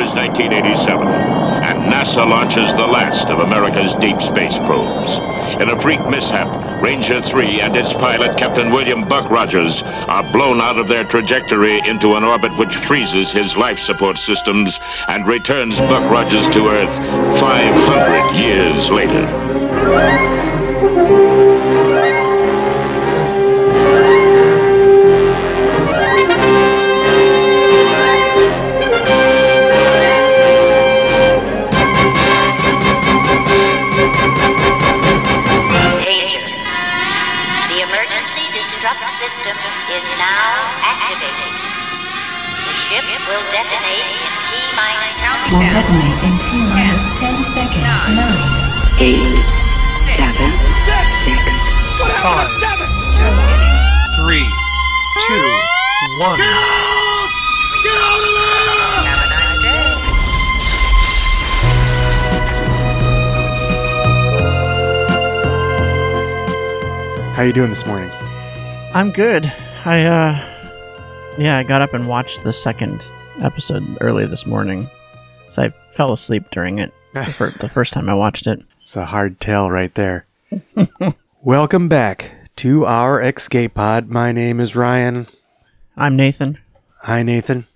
is 1987, and NASA launches the last of America's deep space probes. In a freak mishap, Ranger 3 and its pilot, Captain William Buck Rogers, are blown out of their trajectory into an orbit which freezes his life support systems and returns Buck Rogers to Earth 500 years later. system is now activated. The ship will detonate in T minus. Will detonate in T minus 10 seconds. 8, 9, 7, 6, 5, 3, 2, 1. Get out! Get out of there! Have a nice day. How you doing this morning? I'm good. I uh yeah, I got up and watched the second episode early this morning. So I fell asleep during it for the first time I watched it. It's a hard tell right there. Welcome back to our escape pod. My name is Ryan. I'm Nathan. Hi Nathan.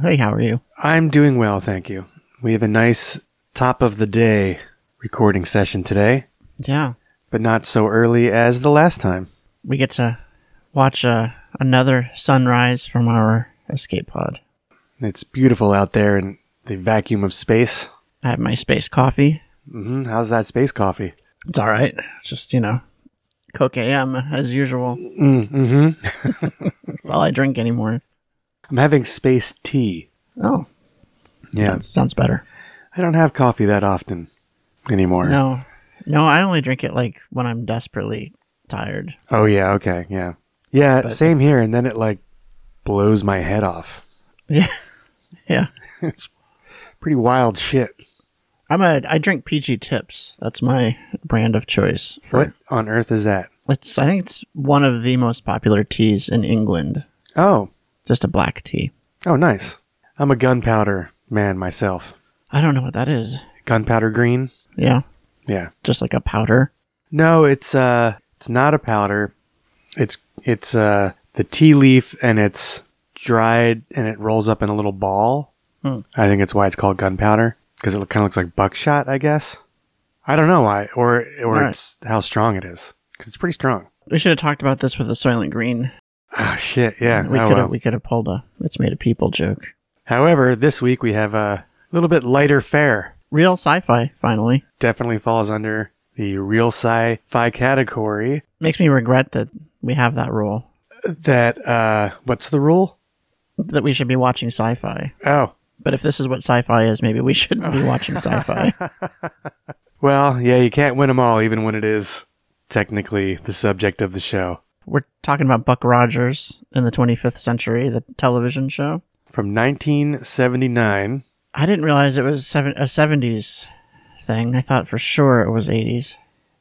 Hey, how are you? I'm doing well, thank you. We have a nice top of the day recording session today, Yeah. but not so early as the last time. We get to watch uh, another sunrise from our escape pod. It's beautiful out there in the vacuum of space. I have my space coffee. hmm How's that space coffee? It's all right. It's just, you know, Coke AM as usual. Mm-hmm. That's all I drink anymore. I'm having space tea. Oh, Yeah, sounds, sounds better. I don't have coffee that often anymore. No, no, I only drink it like when I'm desperately tired. Oh yeah, okay, yeah, yeah. same here, and then it like blows my head off. Yeah, yeah. it's pretty wild shit. I'm a. I drink PG Tips. That's my brand of choice. For, What on earth is that? It's. I think it's one of the most popular teas in England. Oh, Just a black tea. oh, nice. I'm a gunpowder man myself. I don't know what that is. Gunpowder green. Yeah, Yeah. just like a powder. No, it's uh, it's not a powder. It's it's uh the tea leaf and it's dried and it rolls up in a little ball. Hmm. I think it's why it's called gunpowder because it kind of looks like buckshot, I guess. I don't know why, or or Alright. it's how strong it is because it's pretty strong. We should have talked about this with the Soylent Green. Ah, shit, yeah. we oh, could well. have. We could have pulled a. It's made a people joke. However, this week we have a little bit lighter fare. Real sci-fi. Finally, Definitely falls under the real sci-fi category. makes me regret that we have that rule That uh, what's the rule? that we should be watching sci-fi. Oh, But if this is what sci-fi is, maybe we shouldn't be watching sci-fi. well, yeah, you can't win them all, even when it is technically the subject of the show We're talking about Buck Rogers in the 25th century, the television show. from 1979. I didn't realize it was seven, a 70s thing. I thought for sure it was 80s.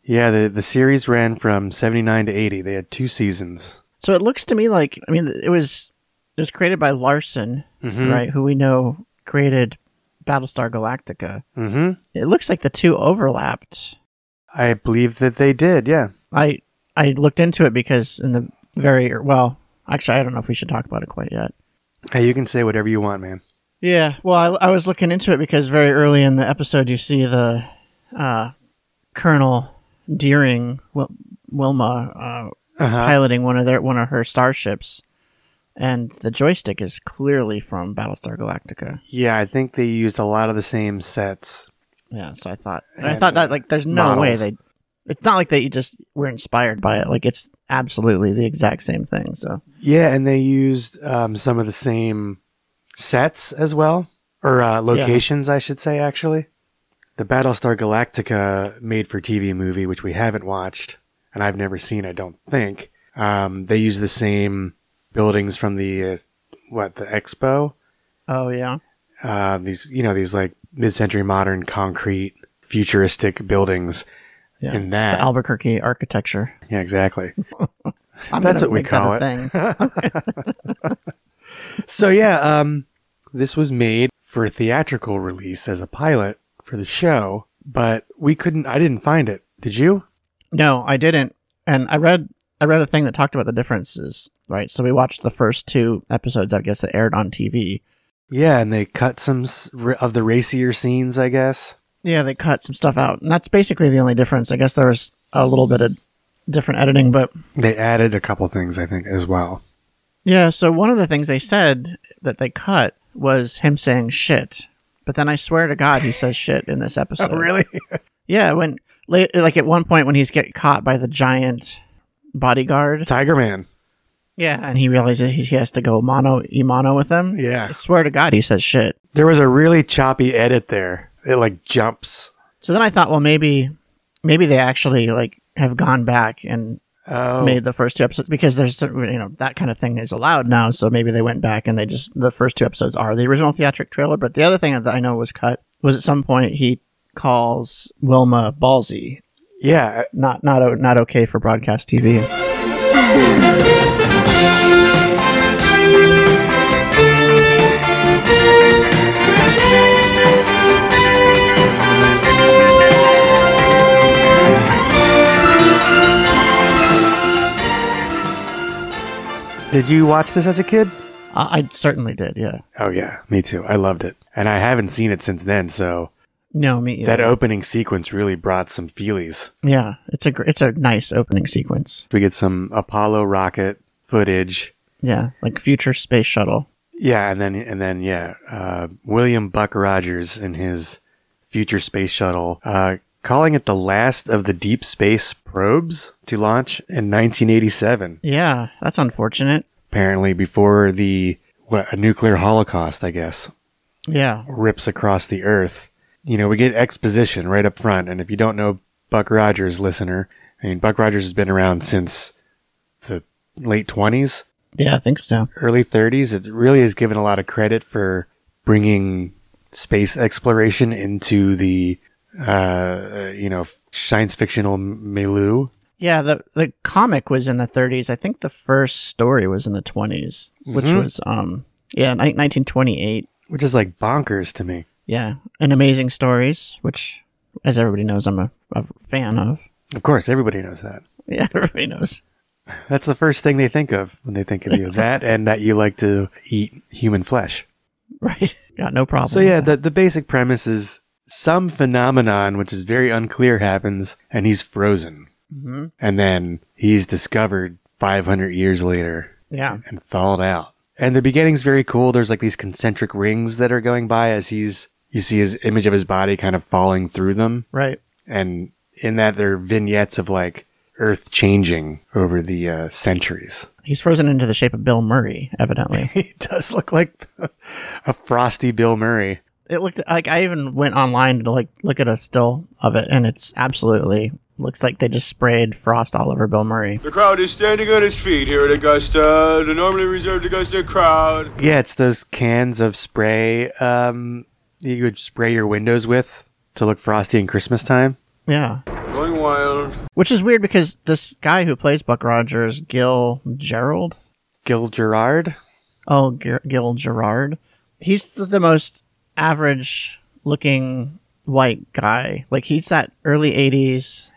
Yeah, the the series ran from 79 to 80. They had two seasons. So it looks to me like I mean it was it was created by Larson, right, who we know created Battlestar Galactica. hmm It looks like the two overlapped. I believe that they did. Yeah. I I looked into it because in the very well, actually I don't know if we should talk about it quite yet. Hey, you can say whatever you want, man. Yeah, well, I, I was looking into it because very early in the episode you see the uh, Colonel Deering Wil- Wilma uh, piloting one of their one of her starships, and the joystick is clearly from Battlestar Galactica. Yeah, I think they used a lot of the same sets. Yeah, so I thought and I And, thought that like there's no way models. they. It's not like they just were inspired by it. Like it's absolutely the exact same thing. So Yeah, and they used um, some of the same sets as well, or uh, locations, I should say. Actually, the Battlestar Galactica made-for-TV movie, which we haven't watched and I've never seen, I don't think. Um, they use the same buildings from the uh, what the expo. oh yeah, Uh, these you know these like mid-century modern concrete futuristic buildings. yeah. And that- the Albuquerque architecture. Yeah, exactly. I'm That's what gonna we make that call a it. Thing. So yeah, um, this was made for theatrical release as a pilot for the show, but we couldn't. I didn't find it. Did you? No, I didn't. And I read I read a thing that talked about the differences, right? So we watched the first two episodes, I guess, that aired on TV. Yeah, and they cut some s- r- of the racier scenes, I guess. Yeah, they cut some stuff out, and that's basically the only difference. I guess there was a little bit of different editing, but They added a couple things, I think, as well. yeah. So one of the things they said that they cut was him saying shit, but then I swear to God, he says shit in this episode. Yeah, when la- like at one point when he's get caught by the giant bodyguard. Tiger Man. Yeah, and he realizes he he has to go mono mono with them. Yeah. I swear to God, he says shit. There was a really choppy edit there. It like jumps. So then I thought, well, maybe, maybe they actually like have gone back and Oh, made the first two episodes because there's you know that kind of thing is allowed now. So maybe they went back and they just the first two episodes are the original theatric trailer. But the other thing that I know was cut was at some point he calls Wilma ballsy, yeah. not not o- not okay for broadcast TV. Did you watch this as a kid? I, I certainly did. Yeah. Oh yeah, me too. I loved it, and I haven't seen it since then. So No, me either. that opening sequence really brought some feelies. yeah, it's a gr- it's a nice opening sequence. We get some Apollo rocket footage. Yeah, like future space shuttle. Yeah, and then and then yeah, uh, William Buck Rogers in his future space shuttle, uh, calling it the last of the deep space probes to launch in 1987. Yeah, that's unfortunate. Apparently, before the what, a nuclear holocaust, I guess, Yeah, rips across the Earth. You know, we get exposition right up front, and if you don't know Buck Rogers, listener, I mean, Buck Rogers has been around since the late 20s. yeah, I think so. early 30s, it really is given a lot of credit for bringing space exploration into the uh, you know science fictional milieu. Yeah, the the comic was in the 30s. I think the first story was in the 20s, which Mm-hmm. was um yeah, ni- 1928. Which is like bonkers to me. Yeah, and Amazing Stories, which as everybody knows, I'm a, a fan of. Of course, everybody knows that. Yeah, everybody knows. That's the first thing they think of when they think of you. that and that you like to eat human flesh. Right. Got no problem. So with yeah, that. the the basic premise is some phenomenon which is very unclear happens, and he's frozen, Mm-hmm. and then he's discovered 500 years later yeah. and thawed out. And the beginning's very cool. There's like these concentric rings that are going by as he's you see his image of his body kind of falling through them. Right. And in that there are vignettes of like Earth changing over the uh, centuries. He's frozen into the shape of Bill Murray, evidently. He does look like a frosty Bill Murray. it looked like I even went online to like look at a still of it and it's absolutely looks like they just sprayed frost all over Bill Murray. The crowd is standing on its feet here at Augusta, the normally reserved Augusta crowd. Yeah, it's those cans of spray um, you would spray your windows with to look frosty in Christmas time. Yeah. Going wild. Which is weird because this guy who plays Buck Rogers, Gil Gerald, Gil Gerard. oh Ger- Gil Gerard, he's th- the most average-looking white guy. Like he's that early '80s.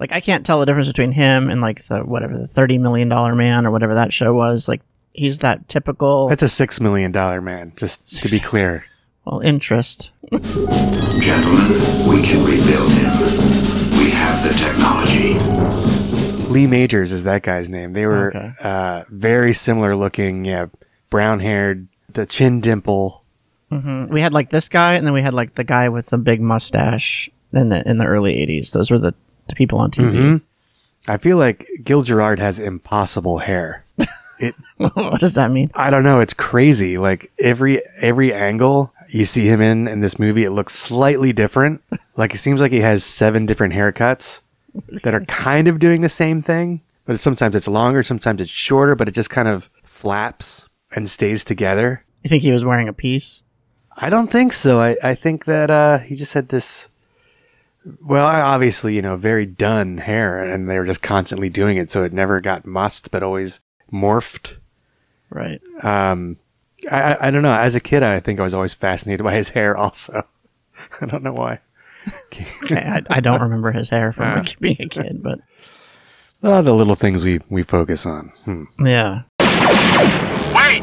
Like I can't tell the difference between him and like the whatever the Thirty Million Dollar Man or whatever that show was. Like he's that typical That's a six million dollar man, just to be clear. well interest. Gentlemen, we can rebuild him. We have the technology. Lee Majors is that guy's name. They were Okay. uh, very similar looking. Yeah, brown haired, the chin dimple. We had like this guy, and then we had like the guy with the big mustache in the in the early '80s. Those were the, the people on TV. I feel like Gil Gerard has impossible hair. It, what does that mean? I don't know. It's crazy. Like every every angle you see him in in this movie, it looks slightly different. Like it seems like he has seven different haircuts that are kind of doing the same thing, but sometimes it's longer, sometimes it's shorter, but it just kind of flaps and stays together. You think he was wearing a piece? I don't think so. I, I think that uh, he just had this, well, obviously, you know, very done hair, and they were just constantly doing it, so it never got mussed, but always morphed. Right. Um, I, I I don't know. As a kid, I think I was always fascinated by his hair. Also, I don't know why. I, I don't remember his hair from Ah. being a kid, but Ah, the little things we we focus on. Hmm. yeah. Wait!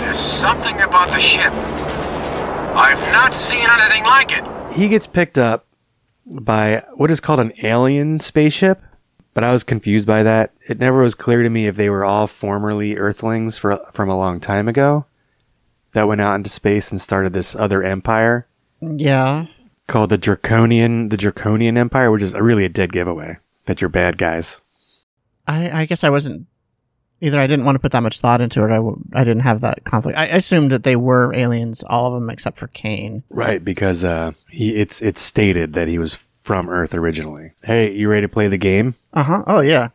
There's something about the ship. I've not seen anything like it. He gets picked up by what is called an alien spaceship, but I was confused by that. It never was clear to me if they were all formerly Earthlings for, from a long time ago that went out into space and started this other empire Yeah. called the Draconian the Draconian Empire, which is really a dead giveaway that you're bad guys. I, I guess I wasn't either. I didn't want to put that much thought into it. I, w- I didn't have that conflict. I assumed that they were aliens, all of them except for Kane. Right, because uh, he it's it's stated that he was from Earth originally. Hey, you ready to play the game? Uh huh. Oh yeah.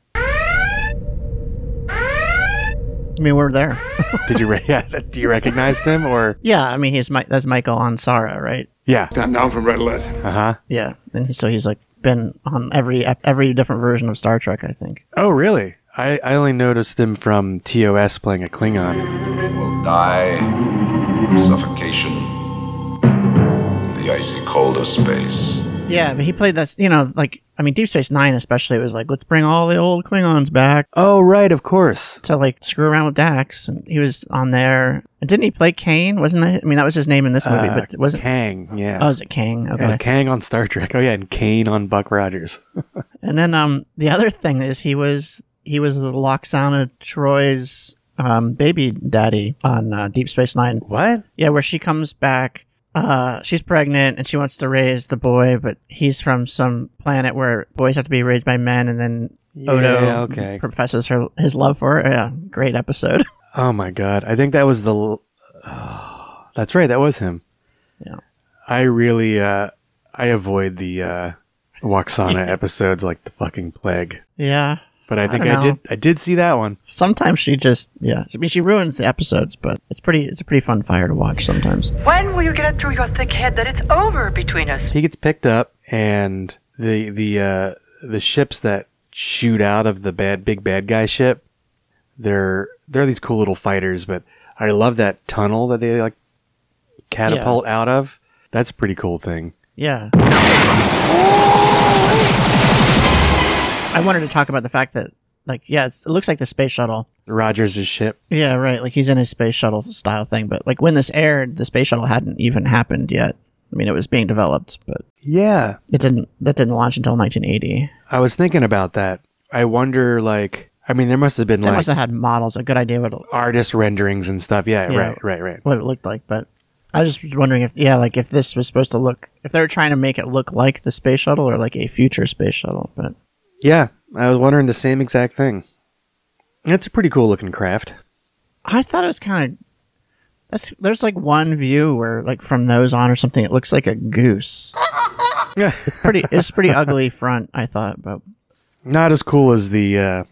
I mean, we're there. Did you re- yeah, do you recognize him or yeah. I mean, he's Mi- that's Michael on Sarah, right? yeah? I'm down from Red Alert. Uh huh. Yeah. And he, so he's like been on every ep- every different version of Star Trek, I think. Oh, really? I, I only noticed him from TOS playing a Klingon. will die from suffocation in the icy cold of space. Yeah, but he played that. You know, like I mean, Deep Space Nine especially was like, let's bring all the old Klingons back Oh, right, of course. to like screw around with Dax, and he was on there. And didn't he play Kane? Wasn't that? I mean, that was his name in this movie, Uh, but wasn't. Kang, yeah. Oh, was it Kang? Yeah, it Okay. was Kang on Star Trek. Oh, yeah, and Kane on Buck Rogers. And then um, the other thing is he was he was Loxana Troy's um, baby daddy on uh, Deep Space Nine. What? Yeah, where she comes back. Uh, she's pregnant and she wants to raise the boy, but he's from some planet where boys have to be raised by men, and then Yeah, Odo okay. professes her his love for her. Yeah, great episode. Oh, my God. I think that was the. l- that's right, that was him. Yeah. I really, uh, I avoid the uh, Waxana episodes like the fucking plague. yeah, But I think don't I, know. did I did see that one. sometimes she just yeah. I mean, she ruins the episodes, but it's pretty it's a pretty fun fire to watch sometimes. When will you get it through your thick head that it's over between us? He gets picked up, and the the uh, the ships that shoot out of the bad big bad guy ship, they're they're these cool little fighters. But I love that tunnel that they like catapult out of. That's a pretty cool thing. Yeah. I wanted to talk about the fact that, like, yeah, it's, it looks like the space shuttle. Rogers' ship. Yeah, right. Like he's in his space shuttle style thing, but like when this aired, the space shuttle hadn't even happened yet. I mean, it was being developed, but Yeah, it didn't. That didn't launch until 1980. I was thinking about that. I wonder, like, I mean, there must have been They like must have had models, a good idea what it, artist renderings and stuff. Yeah, Yeah. right, right, right. what it looked like. But I was just wondering if, yeah, like if this was supposed to look, if they were trying to make it look like the space shuttle or like a future space shuttle. But Yeah, I was wondering the same exact thing. It's a pretty cool looking craft. I thought it was kind of. That's, there's like one view where like from those on or something it looks like a goose. Yeah. It's pretty it's pretty ugly front I thought, but not as cool as the uh,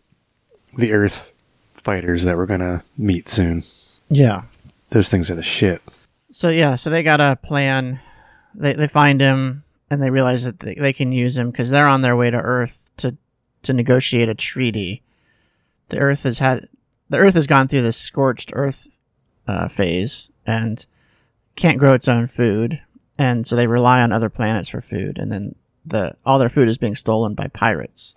the Earth fighters that we're gonna meet soon. yeah. Those things are the shit. So yeah, so they got a plan. They they find him and they realize that they, they can use him because they're on their way to Earth to to negotiate a treaty. The Earth has had the Earth has gone through the scorched Earth uh, phase and can't grow its own food, and so they rely on other planets for food, and then the all their food is being stolen by pirates.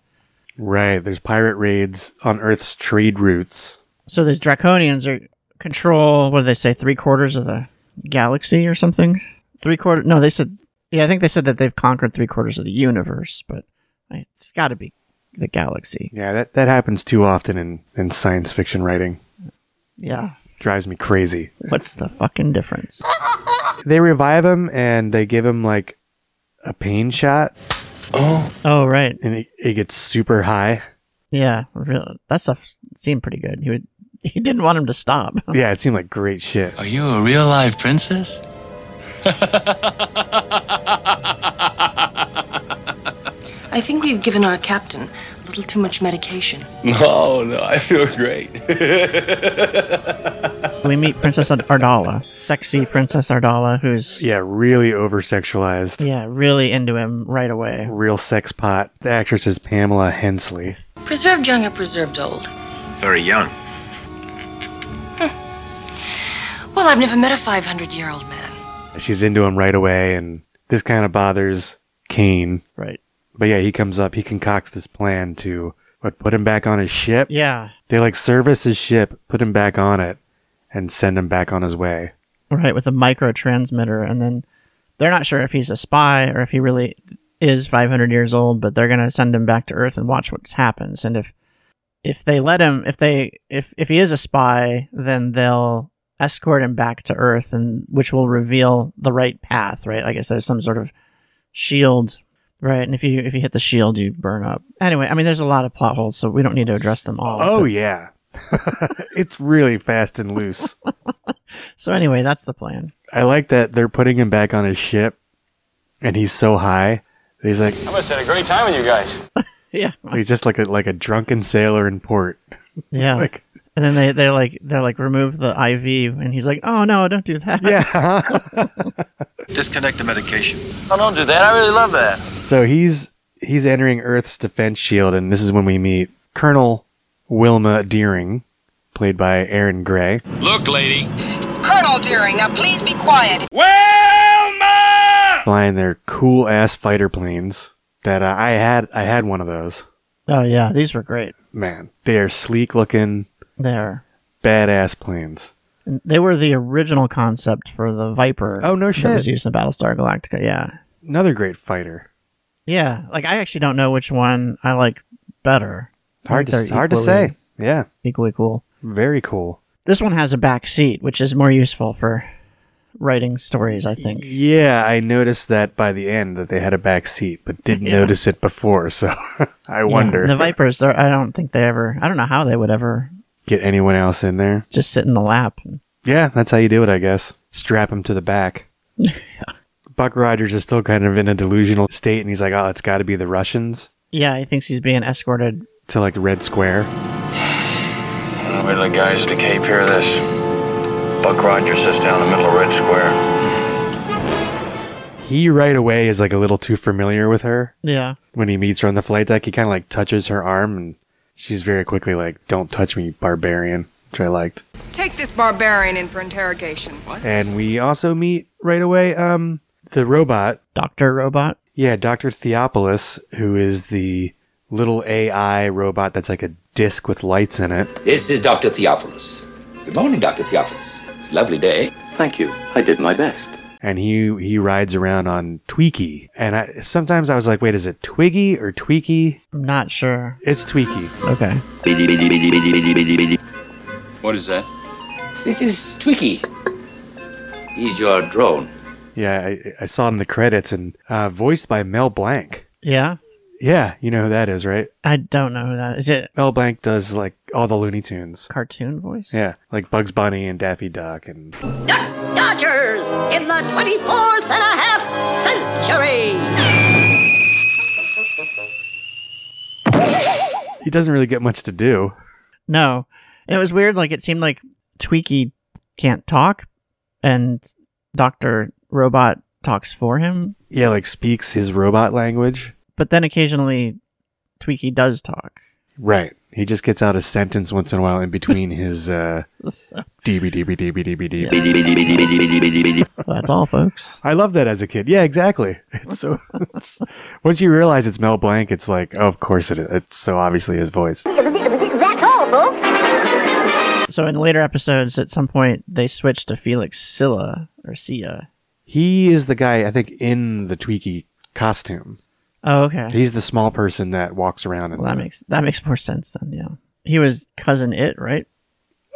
Right. There's pirate raids on Earth's trade routes. So these draconians are control. What do they say? Three quarters of the galaxy or something? Three quarter? No, they said. Yeah, I think they said that they've conquered three quarters of the universe, but it's got to be the galaxy. Yeah, that that happens too often in in science fiction writing. Yeah. Drives me crazy. What's the fucking difference? They revive him and they give him like a pain shot, Oh right. and he, he gets super high. Yeah. Real. That stuff seemed pretty good. He would. He didn't want him to stop. Yeah, it seemed like great shit. Are you a real live princess? I think we've given our captain a little too much medication. No, no, I feel great. we meet Princess Ardala, sexy Princess Ardala, who's Yeah, really over sexualized. yeah really into him right away. Real sex pot. The actress is Pamela Hensley. Preserved young or preserved old? Very young. Hmm, Well, I've never met a 500 year old man. She's into him right away, and this kind of bothers Kane. Right. But yeah, he comes up, he concocts this plan to what, put him back on his ship? Yeah. They like service his ship, put him back on it, and send him back on his way. Right, with a micro transmitter. And then they're not sure if he's a spy or if he really is 500 years old, but they're going to send him back to Earth and watch what happens. And if if they let him if they if if he is a spy then they'll escort him back to earth and which will reveal the right path right like i said some sort of shield right and if you if you hit the shield you burn up anyway i mean there's a lot of plot holes so we don't need to address them all Oh, but- yeah. it's really fast and loose. so anyway that's the plan I like that they're putting him back on his ship, and he's so high that he's like I must have had a great time with you guys. yeah he's just like a, like a drunken sailor in port. yeah Like- and then they they're like they're like remove the iv and he's like oh no don't do that yeah Disconnect the medication. Oh, don't do that. I really love that. So he's he's entering Earth's defense shield, and this is when we meet Colonel Wilma Deering, played by Aaron Gray. Look, lady. Colonel Deering, now please be quiet. flying their cool ass fighter planes. That uh, I had I had one of those. oh yeah these were great Man, they are sleek looking, there badass planes. And they were the original concept for the viper Oh, no that shit. was used in battlestar galactica yeah Another great fighter. Yeah, like I actually don't know which one I like better. Hard I to think they're hard to equally- say. Yeah, equally cool. Very cool. This one has a back seat, which is more useful for writing stories, I think. Yeah, I noticed that by the end that they had a back seat, but didn't Yeah. notice it before. So I Yeah, wonder the Vipers. they're- I don't think they ever. I don't know how they would ever get anyone else in there. just sit in the lap. Yeah, that's how you do it, I guess. Strap him to the back. Buck Rogers is still kind of in a delusional state, and he's like, "Oh, it's got to be the Russians Yeah, he thinks he's being escorted. to like Red Square." Wait till the guys at the Cape hear this. Buck Rogers sits down in the middle of Red Square. He right away is like a little too familiar with her. Yeah. When he meets her on the flight deck, he kind of like touches her arm, and she's very quickly like, "Don't touch me, barbarian," which I liked. Take this barbarian in for interrogation. What? And we also meet right away um the robot, Dr. Robot. Yeah, Dr. Theopolis, who is the little AI robot that's like a disc with lights in it. This is Dr. Theophilus. Good morning, Dr. Theophilus. It's a lovely day. Thank you. I did my best. And he he rides around on Tweaky. And I, sometimes I was like, wait, is it Twiggy or Tweaky? I'm not sure. It's Tweaky. Okay. What is that? This is Twiki. He's your drone. Yeah, I, I saw it in the credits and uh, voiced by Mel Blanc. Yeah, Yeah, you know who that is, right? I don't know who that is. It Mel Blanc does like all the Looney Tunes. cartoon voice. Yeah, like Bugs Bunny and Daffy Duck and Dodgers in the 24th and a half century. he doesn't really get much to do. No. And it was weird. Like, it seemed like Tweaky can't talk, and Dr. Robot talks for him. Yeah, like speaks his robot language. But then occasionally, Tweaky does talk. Right. He just gets out a sentence once in a while in between his uh So- DB DB DB DB That's all, folks. I love that as a kid. Yeah, exactly. It's so it's, once you realize it's Mel Blanc, it's like, oh, of course it is. It's so obviously his voice. That's all, folks. So, in later episodes, at some point, they switch to Felix Silla or Sia. He is the guy I think in the Tweaky costume. Oh, okay. He's the small person that walks around. And Well, that makes that makes more sense then. Yeah, he was cousin it, right?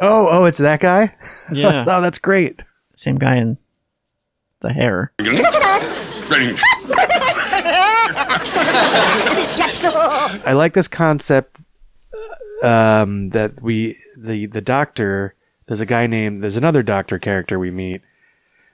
Oh, oh, it's that guy. Yeah. oh, that's great. Same guy in the hair. I like this concept um, that we the the doctor. There's a guy named. There's another doctor character we meet,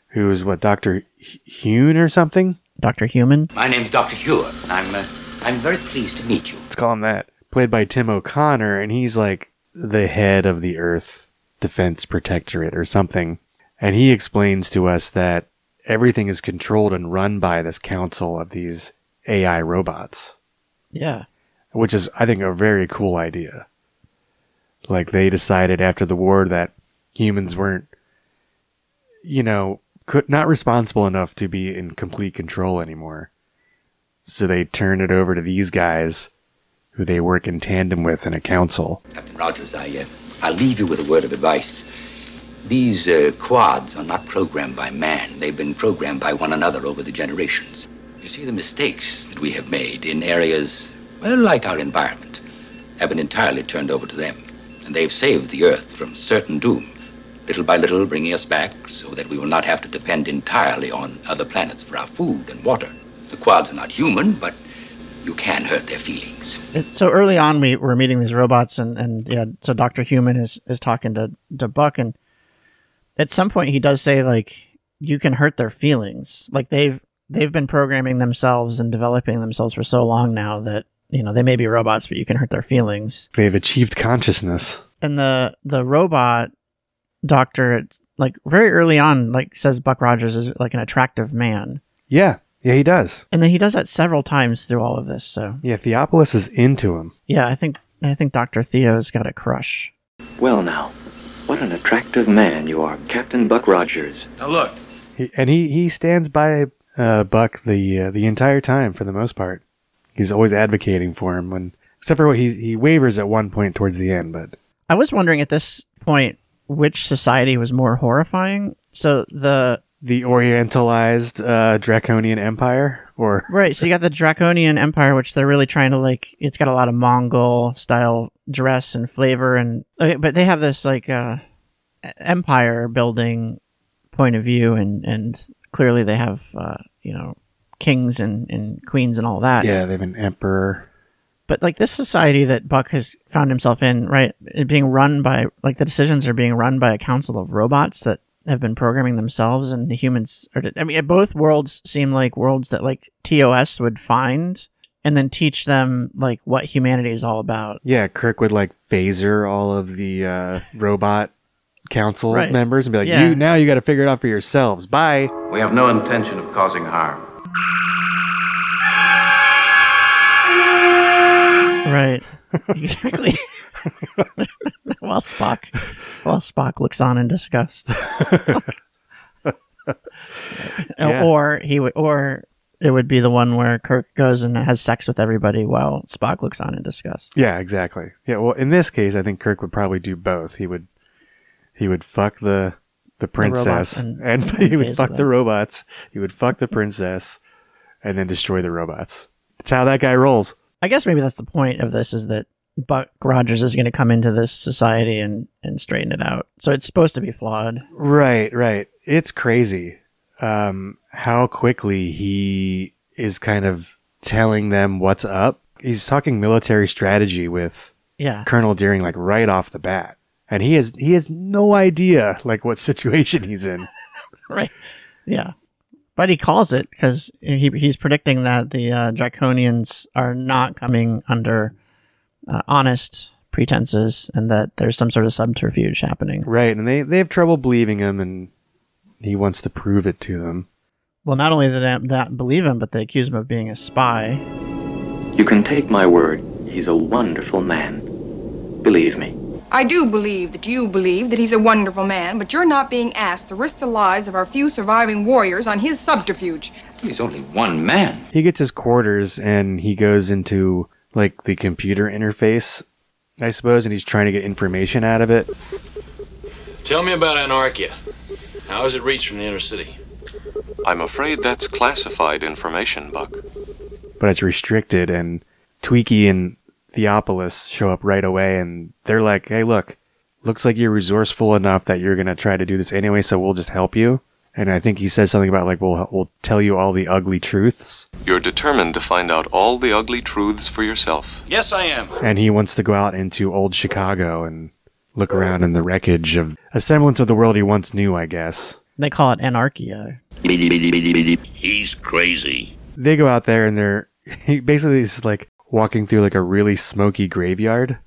who is what Doctor Hune or something. Doctor Human. My name's Dr. Hewer. I'm, uh, I'm very pleased to meet you. Let's call him that. Played by Tim O'Connor, and he's like the head of the Earth Defense Protectorate or something. And he explains to us that everything is controlled and run by this council of these AI robots. Yeah. which is I think a very cool idea. Like they decided after the war that humans weren't you know, could not responsible enough to be in complete control anymore. So they turn it over to these guys who they work in tandem with in a council. Captain Rogers, I, uh, I'll leave you with a word of advice. These uh, quads are not programmed by man. They've been programmed by one another over the generations. You see, the mistakes that we have made in areas, well, like our environment, have been entirely turned over to them. And they've saved the Earth from certain doom, little by little bringing us back so that we will not have to depend entirely on other planets for our food and water. The quads are not human, but you can hurt their feelings. It, so early on, we were meeting these robots, and, and yeah, so Doctor Human is is talking to to Buck, and at some point he does say like, "You can hurt their feelings." Like they've they've been programming themselves and developing themselves for so long now that you know they may be robots, but you can hurt their feelings. They've achieved consciousness. And the the robot doctor, it's like very early on, like says Buck Rogers is like an attractive man. Yeah. Yeah, he does. And then he does that several times through all of this. So Yeah, Theopolis is into him. yeah, I think I think Doctor Theo's got a crush. Well, now, what an attractive man you are, Captain Buck Rogers. Now look. He, and he, he stands by uh, Buck the uh, the entire time for the most part. He's always advocating for him when except for what he he wavers at one point towards the end, but I was wondering at this point which society was more horrifying. So the the orientalized uh, draconian empire or Right, so you got the Draconian Empire, which they're really trying to like. It's got a lot of Mongol style dress and flavor, and okay, but they have this like uh, empire building point of view, and and clearly they have uh, you know kings and and queens and all that. yeah, they've an emperor. But like this society that Buck has found himself in, right, it being run by like the decisions are being run by a council of robots that have been programming themselves, and the humans are. I mean, both worlds seem like worlds that like TOS would find and then teach them like what humanity is all about. Yeah, Kirk would like phaser all of the uh, robot council Right. members and be like, Yeah. "You now you got to figure it out for yourselves." Bye. We have no intention of causing harm. Right. Exactly. while Spock, while Spock looks on in disgust, Yeah. or he would, or it would be the one where Kirk goes and has sex with everybody while Spock looks on in disgust. Yeah, exactly. Yeah, well, in this case, I think Kirk would probably do both. He would he would fuck the the robots princess, and- and, and he would phase fuck them. the robots. He would fuck the princess, and then destroy the robots. That's how that guy rolls. I guess maybe that's the point of this is that Buck Rogers is going to come into this society and and straighten it out. So it's supposed to be flawed. Right, right. It's crazy um, how quickly he is kind of telling them what's up. He's talking military strategy with Yeah. Colonel Deering like right off the bat, and he has he has no idea like what situation he's in. right. Yeah. But he calls it because he, he's predicting that the uh, Draconians are not coming under uh, honest pretenses and that there's some sort of subterfuge happening. Right, and they, they have trouble believing him, and he wants to prove it to them. Well, not only did that, that believe him, but they accuse him of being a spy. You can take my word. He's a wonderful man. Believe me. I do believe that you believe that he's a wonderful man, but you're not being asked to risk the lives of our few surviving warriors on his subterfuge. He's only one man. He gets his quarters, and he goes into like the computer interface, I suppose, and he's trying to get information out of it. Tell me about Anarchia. How is it reached from the inner city? I'm afraid that's classified information, Buck. but it's restricted and Tweaky and Theopolis show up right away and they're like, "Hey, look, looks like you're resourceful enough that you're going to try to do this anyway, so we'll just help you." And I think he says something about like, "We'll we'll tell you all the ugly truths." You're determined to find out all the ugly truths for yourself. Yes, I am. And he wants to go out into old Chicago and look around in the wreckage of a semblance of the world he once knew, I guess. They call it anarchia. He's crazy. They go out there and they're he basically is like walking through like a really smoky graveyard.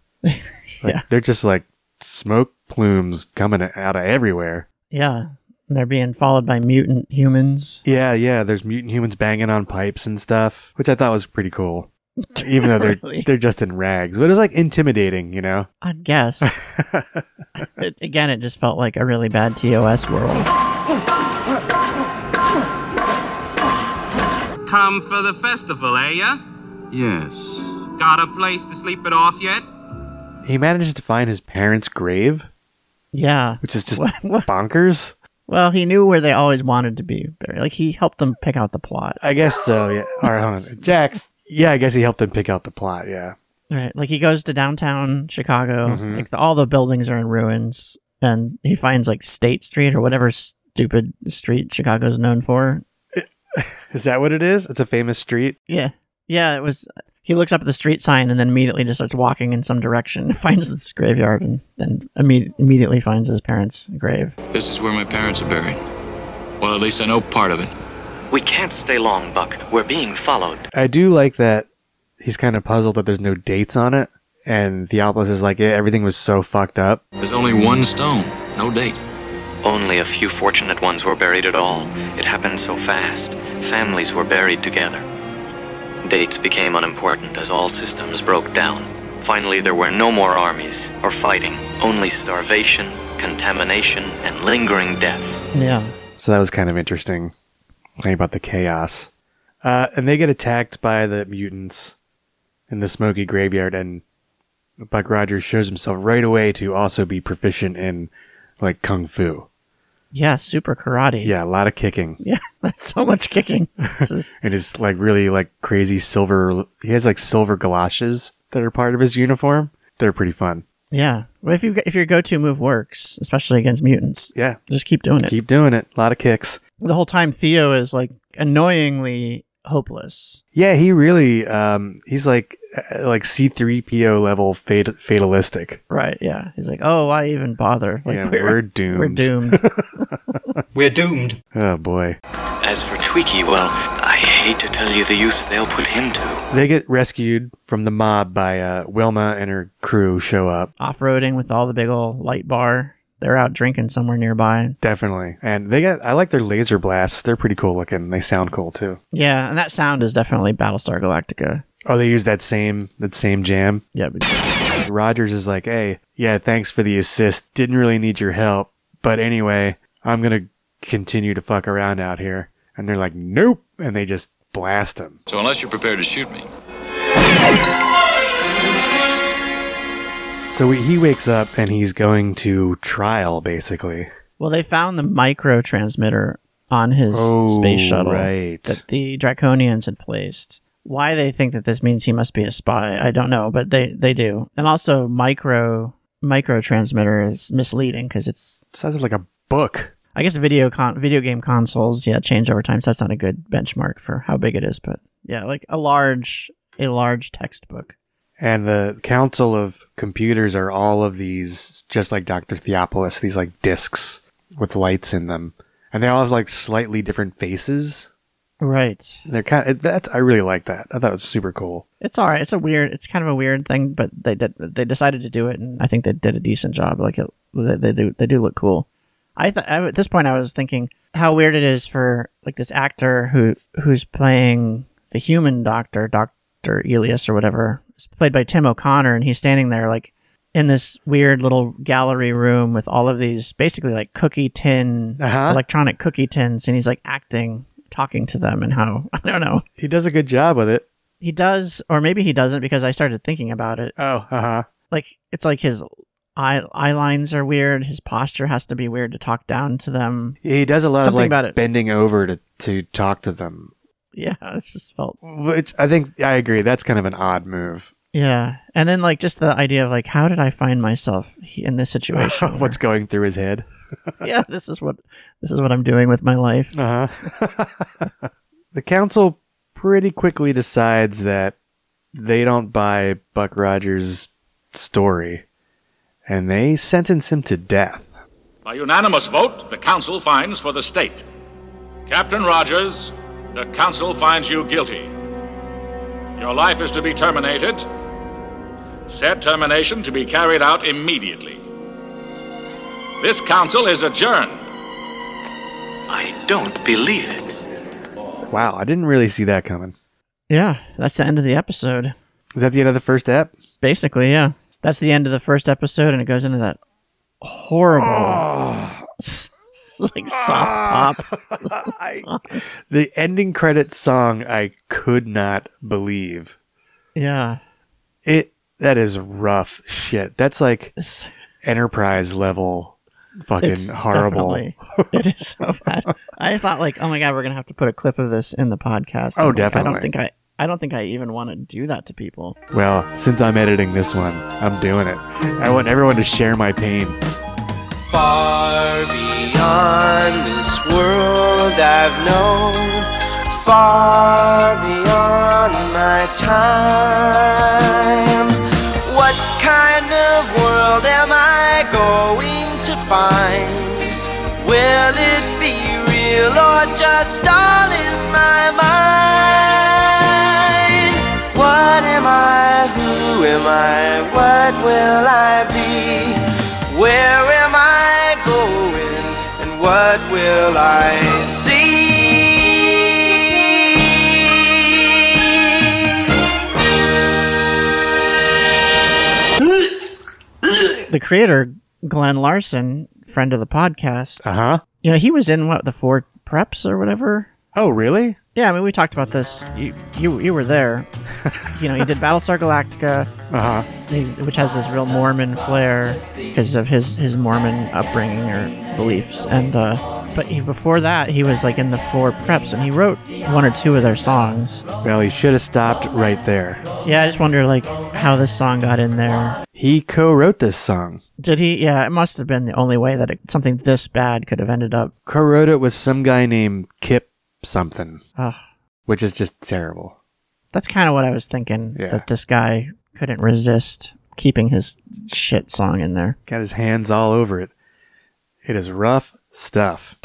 Like, They're just like smoke plumes coming out of everywhere. Yeah. And they're being followed by mutant humans. Yeah, yeah. There's mutant humans banging on pipes and stuff, which I thought was pretty cool. Even though they're Really? they're just in rags, but it's like intimidating, you know. I guess. it, again, it just felt like a really bad TOS world. come for the festival, eh, ya? Yes. Got a place to sleep it off yet? He manages to find his parents' grave. Yeah. Which is just bonkers. Well, he knew where they always wanted to be buried. Like he helped them pick out the plot. I guess so. Yeah. All right, hold on. Jax. Yeah, I guess he helped him pick out the plot. Yeah. Right. Like he goes to downtown Chicago. Mhm. Like the, all the buildings are in ruins, and he finds like State Street or whatever stupid street Chicago's known for. Is that what it is? It's a famous street. Yeah. Yeah. It was. He looks up at the street sign and then immediately just starts walking in some direction, finds this graveyard, and then imme- immediately finds his parents' grave. This is where my parents are buried. Well, at least I know part of it. We can't stay long, Buck. We're being followed. I do like that he's kind of puzzled that there's no dates on it. And Theopolis is like, yeah, everything was so fucked up. There's only one stone, no date. Only a few fortunate ones were buried at all. It happened so fast. Families were buried together. Dates became unimportant as all systems broke down. Finally, there were no more armies or fighting, only starvation, contamination, and lingering death. Yeah. So that was kind of interesting. Playing about the chaos. Uh, and they get attacked by the mutants in the smoky graveyard. And Buck Rogers shows himself right away to also be proficient in like kung fu. Yeah. Super karate. Yeah, a lot of kicking. Yeah. That's so much kicking. This is- and his like really like crazy silver. He has like silver galoshes that are part of his uniform. They're pretty fun. yeah. Well, if you if your go to move works, especially against mutants, yeah, just keep doing it. Keep doing it. A lot of kicks. the whole time Theo is like annoyingly hopeless. Yeah, he really um he's like uh, like C three PO level fat- fatalistic. Right. Yeah. He's like, oh, why even bother? Like Yeah, we're doomed. We're doomed. We're doomed. Oh boy. As for Tweaky, well, I hate to tell you the use they'll put him to. They get rescued from the mob by uh, Wilma and her crew. Show up Off roading with all the big old light bar. They're out drinking somewhere nearby. definitely, and they got. I like their laser blasts. They're pretty cool looking. They sound cool too. Yeah, and that sound is definitely Battlestar Galactica. Oh, they use that same that same jam. Yeah. Rogers is like, "Hey, yeah, thanks for the assist. Didn't really need your help, but anyway, I'm gonna continue to fuck around out here." And they're like, "Nope," and they just blast him. So unless you're prepared to shoot me, So we, he wakes up and he's going to trial, basically. Well, they found the micro transmitter on his Oh, space shuttle right. that the Draconians had placed. Why they think that this means he must be a spy, I don't know, but they they do. And also, micro micro transmitter is misleading because it's sounds like a book. I guess video con- video game consoles, yeah, change over time, so that's not a good benchmark for how big it is. But yeah, like a large a large textbook. And the Council of Computers are all of these, just like Dr. Theopolis, these like discs with lights in them. And they all have like slightly different faces. Right. They're kind of, that's, I really like that. I thought it was super cool. It's all right. It's a weird. It's kind of a weird thing, but they did. They decided to do it, and I think they did a decent job. Like it, they, they do. They do look cool. I, th- I at this point I was thinking how weird it is for like this actor who who's playing the human doctor, Doctor Elias or whatever, is played by Tim O'Connor, and he's standing there like in this weird little gallery room with all of these basically like cookie tin Uh-huh. electronic cookie tins, and he's like acting, talking to them, and how I don't know. He does a good job with it. He does, or maybe he doesn't because I started thinking about it. Oh, uh huh. Like it's like his eye eye lines are weird. His posture has to be weird to talk down to them. He does a lot Something of like about it. bending over to, to talk to them. Yeah, it's just felt. Which I think I agree. That's kind of an odd move. Yeah, and then like just the idea of like how did I find myself he- in this situation? What's going through his head? yeah, this is what this is what I'm doing with my life. Uh huh. the council pretty quickly decides that they don't buy Buck Rogers' story, and they sentence him to death. By unanimous vote, the council finds for the state. Captain Rogers, the council finds you guilty. Your life is to be terminated. Said termination to be carried out immediately. This council is adjourned. I don't believe it. Wow, I didn't really see that coming. Yeah, that's the end of the episode. Is that the end of the first ep? Basically, yeah, that's the end of the first episode, and it goes into that horrible. like soft pop. I, the ending credits song I could not believe. Yeah. It that is rough shit. That's like enterprise level fucking It's horrible. definitely- it is so bad. I thought like, oh my god, we're gonna have to put a clip of this in the podcast. Oh, And, like, I definitely. don't think I, I don't think I even want to do that to people. Well, since I'm editing this one, I'm doing it. I want everyone to share my pain. Far beyond this world I've known, far beyond my time. What kind of world am I going to find? Will it be real or just all in my mind? What am I? Who am I? What will I be? Where am I going? And what will I see? The creator, Glenn Larson, friend of the podcast. Uh huh. You know, he was in what the four preps or whatever. Oh, really? Yeah, I mean, we talked about this. You, you, you were there. you know, he did Battlestar Galactica, Uh-huh. he- which has this real Mormon flair because of his his Mormon upbringing or beliefs. And uh, but he, before that, he was like in the four preps, and he wrote one or two of their songs. Well, he should have stopped right there. Yeah, I just wonder like how this song got in there. He co-wrote this song. Did he? Yeah, it must have been the only way that it, something this bad could have ended up. Co-wrote it with some guy named Kip something, Ugh. which is just terrible. That's kind of what I was thinking. Yeah. That this guy couldn't resist keeping his shit song in there. Got his hands all over it. It is rough stuff.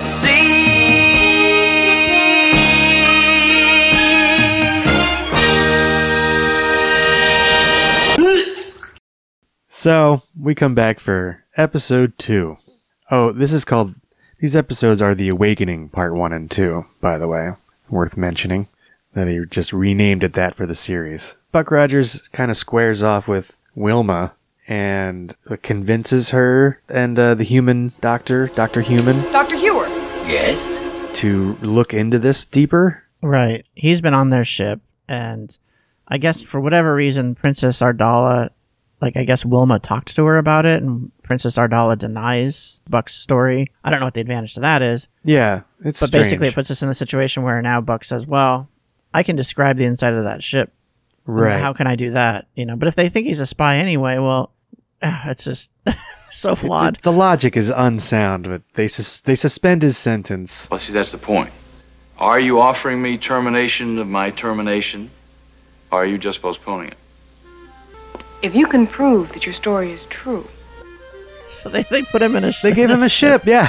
So we come back for episode two. Oh, this is called. These episodes are the Awakening Part One and Two. By the way, worth mentioning that they just renamed it that for the series. Buck Rogers kind of squares off with Wilma and convinces her and uh, the human doctor, Doctor Human, Dr. Hewer. Yes? to look into this deeper. Right. He's been on their ship, and I guess for whatever reason, Princess Ardala, like, I guess Wilma talked to her about it, and Princess Ardala denies Buck's story. I don't know what the advantage to that is. Yeah, it's but basically, strange. it puts us in the situation where now Buck says, well, I can describe the inside of that ship. Right. How can I do that? You know, but if they think he's a spy anyway, well, it's just so flawed. The, the logic is unsound, but they sus- they suspend his sentence. Well, see, that's the point. Are you offering me termination of my termination? Or are you just postponing it? If you can prove that your story is true, So they, they put him in a ship. They gave him a ship, yeah.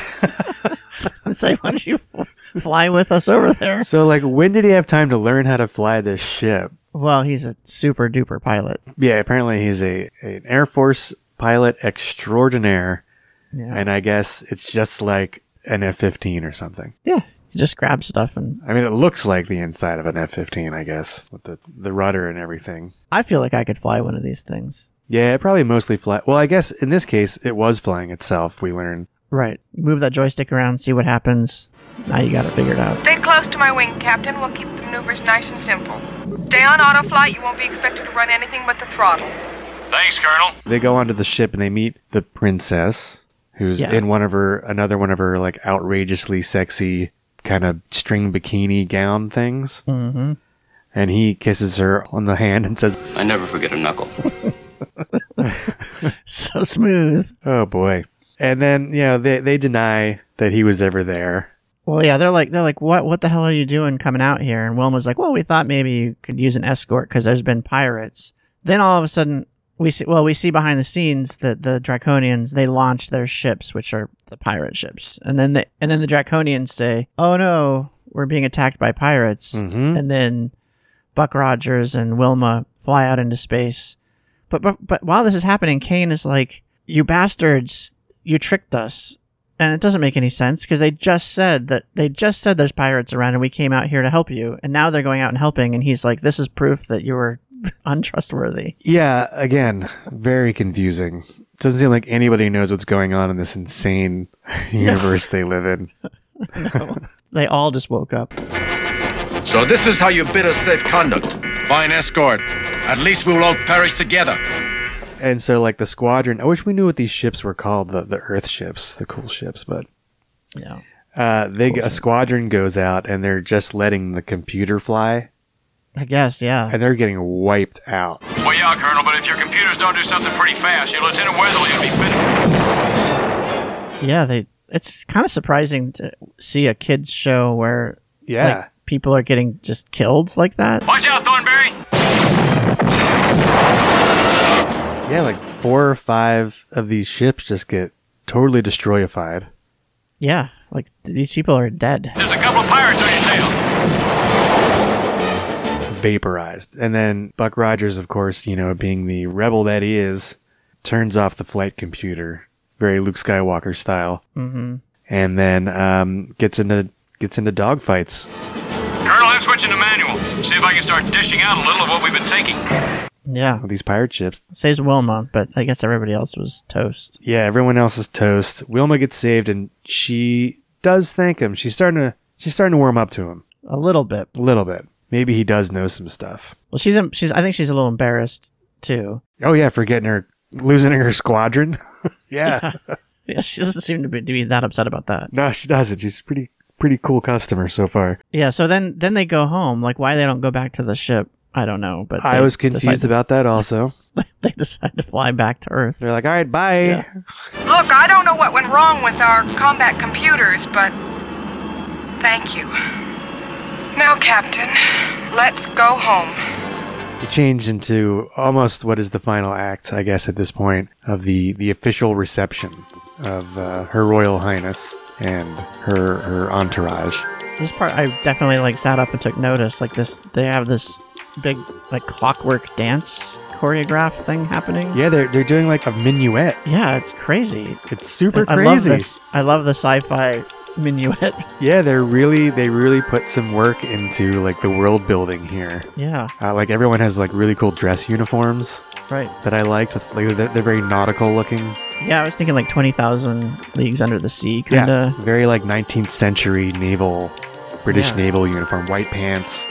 and say, why don't you f- fly with us over there? So, like, when did he have time to learn how to fly this ship? Well, he's a super duper pilot. Yeah, apparently he's a an Air Force pilot extraordinaire, Yeah. and I guess it's just like an F-15 or something. Yeah. You just grab stuff and I mean, it looks like the inside of an F-15, I guess, with the the rudder and everything. I feel like I could fly one of these things. Yeah, it probably mostly fly. Well, I guess in this case, it was flying itself. We learned. Right. Move that joystick around, see what happens. Now you got it figured out. Stay close to my wing, Captain. We'll keep the maneuvers nice and simple. Stay on auto flight. You won't be expected to run anything but the throttle. Thanks, Colonel. They go onto the ship and they meet the princess, who's Yeah. in one of her another one of her like outrageously sexy kind of string bikini gown things. Mm-hmm. And he kisses her on the hand and says, I never forget a knuckle. So smooth. "Oh boy." And then you know they they deny that he was ever there. Well, yeah, they're like, they're like, what, what the hell are you doing coming out here? And Wilma's like, well, we thought maybe you could use an escort because there's been pirates. Then all of a sudden, we see, well, we see behind the scenes that the Draconians they launch their ships, which are the pirate ships, and then the and then the Draconians say, oh no, we're being attacked by pirates, Mhm. and then Buck Rogers and Wilma fly out into space. But, but but while this is happening, Kane is like, "You bastards! You tricked us!" And it doesn't make any sense because they just said that they just said there's pirates around, and we came out here to help you. And now they're going out and helping, and he's like, "This is proof that you were untrustworthy. Yeah, again, very confusing. Doesn't seem like anybody knows what's going on in this insane universe they live in. They all just woke up. So this is how you bid us safe conduct. Fine escort. At least we will all perish together. And so, like the squadron, I wish we knew what these ships were called the, the Earth ships, the cool ships, but yeah, uh, they a squadron goes out and they're just letting the computer fly, I guess. Yeah. and they're getting wiped out. Well, yeah, Colonel, but if your computers don't do something pretty fast, your Lieutenant Weatherly will be Yeah, they. It's kind of surprising to see a kids show where Yeah. like, people are getting just killed like that. Watch out, Thornberry! Yeah, like four or five of these ships just get totally destroyified. Yeah, like th- these people are dead. There's a couple of pirates on your tail. vaporized. And then Buck Rogers, of course, you know, being the rebel that he is, turns off the flight computer, very Luke Skywalker style, Mm-hmm. and then um, gets into gets into dogfights. Colonel, I'm switching to manual. See if I can start dishing out a little of what we've been taking. Yeah, with these pirate ships. Saves Wilma, but I guess everybody else was toast. Yeah, everyone else is toast. Wilma gets saved, and she does thank him. She's starting to she's starting to warm up to him a little bit, a little bit. Maybe he does know some stuff. Well, she's em- she's I think she's a little embarrassed too. Oh yeah, for getting her losing her squadron. yeah. yeah, she doesn't seem to be, to be that upset about that. no, she doesn't. She's a pretty pretty cool customer so far. Yeah, so then then they go home. Like why they don't go back to the ship, I don't know. But I they was confused decide- about that also. they decide to fly back to Earth. They're like, all right, bye. Look, I don't know what went wrong with our combat computers, but thank you. Now, Captain, let's go home. It changed into almost what is the final act, I guess, at this point of the the official reception of uh, Her Royal Highness and her her entourage. This part I definitely like sat up and took notice. Like this, they have this big like clockwork dance choreograph thing happening. Yeah, they're they're doing like a minuet. Yeah, it's crazy. It's super I, crazy. I love this. I love the sci-fi minuet. Yeah, they're really they really put some work into like the world building here. Yeah. Uh, like everyone has like really cool dress uniforms. Right. That I liked with like they're, they're very nautical looking. Yeah, I was thinking like twenty thousand leagues under the sea kind of. Yeah, very like 19th century naval, British Yeah. naval uniform, white pants,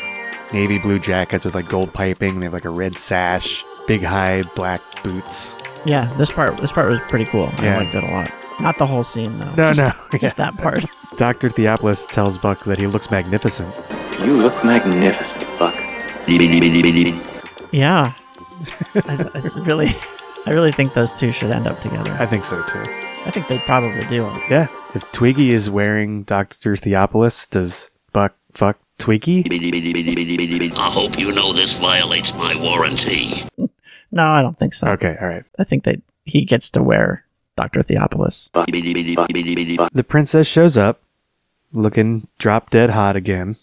navy blue jackets with like gold piping. They have like a red sash, big high black boots. Yeah. this part this part was pretty cool. Yeah. I liked it a lot. Not the whole scene though. No, Just- no, just that part. Doctor Theopolis tells Buck that he looks magnificent. You look magnificent, Buck. Yeah, I, I really, I really think those two should end up together. I think so too. I think they probably do. Yeah, if Twiggy is wearing Doctor Theopolis, does Buck fuck Twiggy? I hope you know this violates my warranty. No, I don't think so. Okay, all right. I think that he gets to wear Doctor Theopolis. The princess shows up, looking drop dead hot again.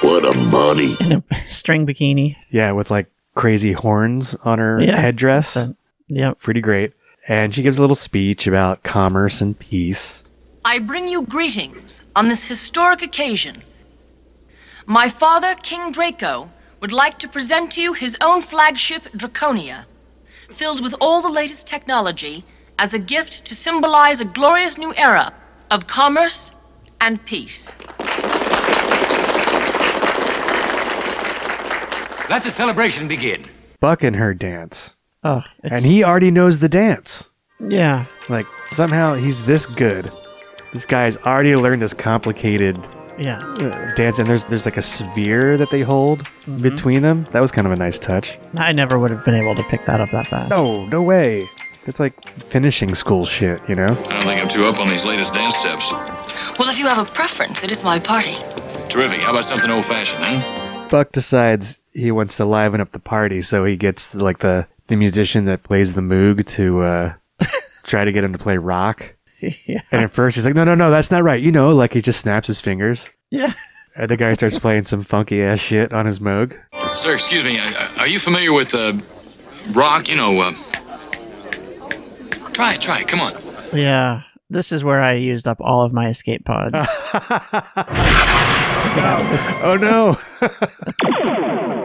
What a body! in a string bikini. Yeah, with like crazy horns on her Yeah. headdress. Uh, yep. Pretty great. And she gives a little speech about commerce and peace. I bring you greetings on this historic occasion. My father, King Draco, would like to present to you his own flagship, Draconia, filled with all the latest technology as a gift to symbolize a glorious new era of commerce and peace. Let the celebration begin. Buck and her dance. Oh, and he already knows the dance. Yeah. Like somehow he's this good. This guy's already learned this complicated Yeah. uh, dance, and there's there's like a sphere that they hold between them. That was kind of a nice touch. I never would have been able to pick that up that fast. No, no way. It's like finishing school shit, you know. I don't think I'm too up on these latest dance steps. Well, if you have a preference, it is my party. Terrific. How about something old fashioned, huh? Buck decides he wants to liven up the party, so he gets like the the musician that plays the moog to uh, try to get him to play rock. Yeah. And at first he's like, "No, no, no, that's not right." You know, like he just snaps his fingers. Yeah. And the guy starts playing some funky ass shit on his moog. Sir, excuse me. uh, Are you familiar with uh, rock? You know, uh, try it, try it. Come on. Yeah. This is where I used up all of my escape pods. Oh no!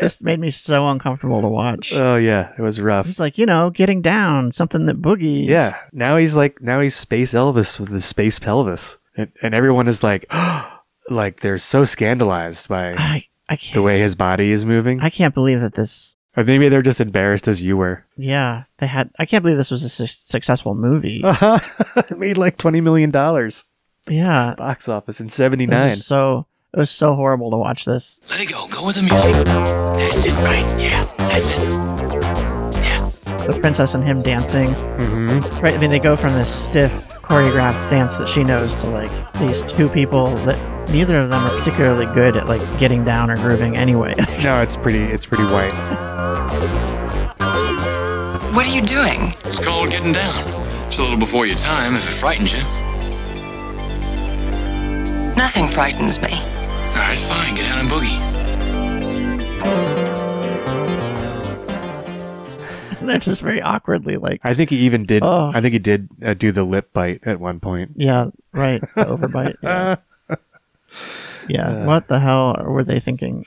This made me so uncomfortable to watch. Oh yeah, it was rough. It's like you know, getting down, something that boogies. Yeah. Now he's like now he's space Elvis with his space pelvis, and, and everyone is like, like they're so scandalized by I the way his body is moving. I can't believe that this. Or maybe they're just embarrassed as you were. Yeah, they had. I can't believe this was a su- successful Oh. movie. it made like twenty million dollars Yeah, box office in seventy It was nine. just so it was so horrible to watch this. Let it go. Go with the music. That's it, right? Yeah, that's it. The princess and him dancing. Mm-hmm. Right. I mean, they go from this stiff choreographed dance that she knows to like these two people that neither of them are particularly good at like getting down or grooving anyway. no, it's pretty. It's pretty white. What are you doing? It's called getting down. It's a little before your time if it frightens you. Nothing frightens me. All right, fine. Get down and boogie. They're just very awkwardly like. I think he even did. Oh. I think he did uh, do the lip bite at one point. Yeah. Right. The overbite. Yeah. Yeah, Uh. what the hell were they thinking?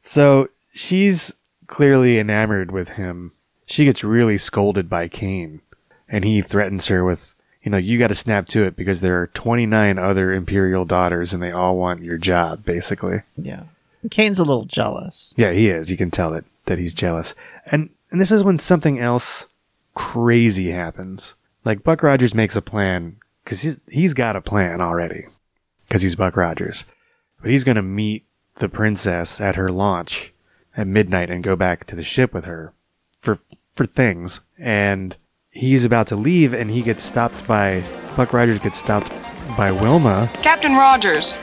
So she's clearly enamored with him. She gets really scolded by Kane, and he threatens her with, you know, you got to snap to it because there are 29 other Imperial daughters and they all want your job, basically. Yeah. Kane's a little jealous. Yeah, he is. You can tell that, that he's jealous. And, and this is when something else crazy happens. Like, Buck Rogers makes a plan because he's, he's got a plan already because he's Buck Rogers. But he's going to meet the princess at her launch at midnight and go back to the ship with her for for things. And he's about to leave, and he gets stopped by Buck Rogers gets stopped by Wilma. Captain Rogers,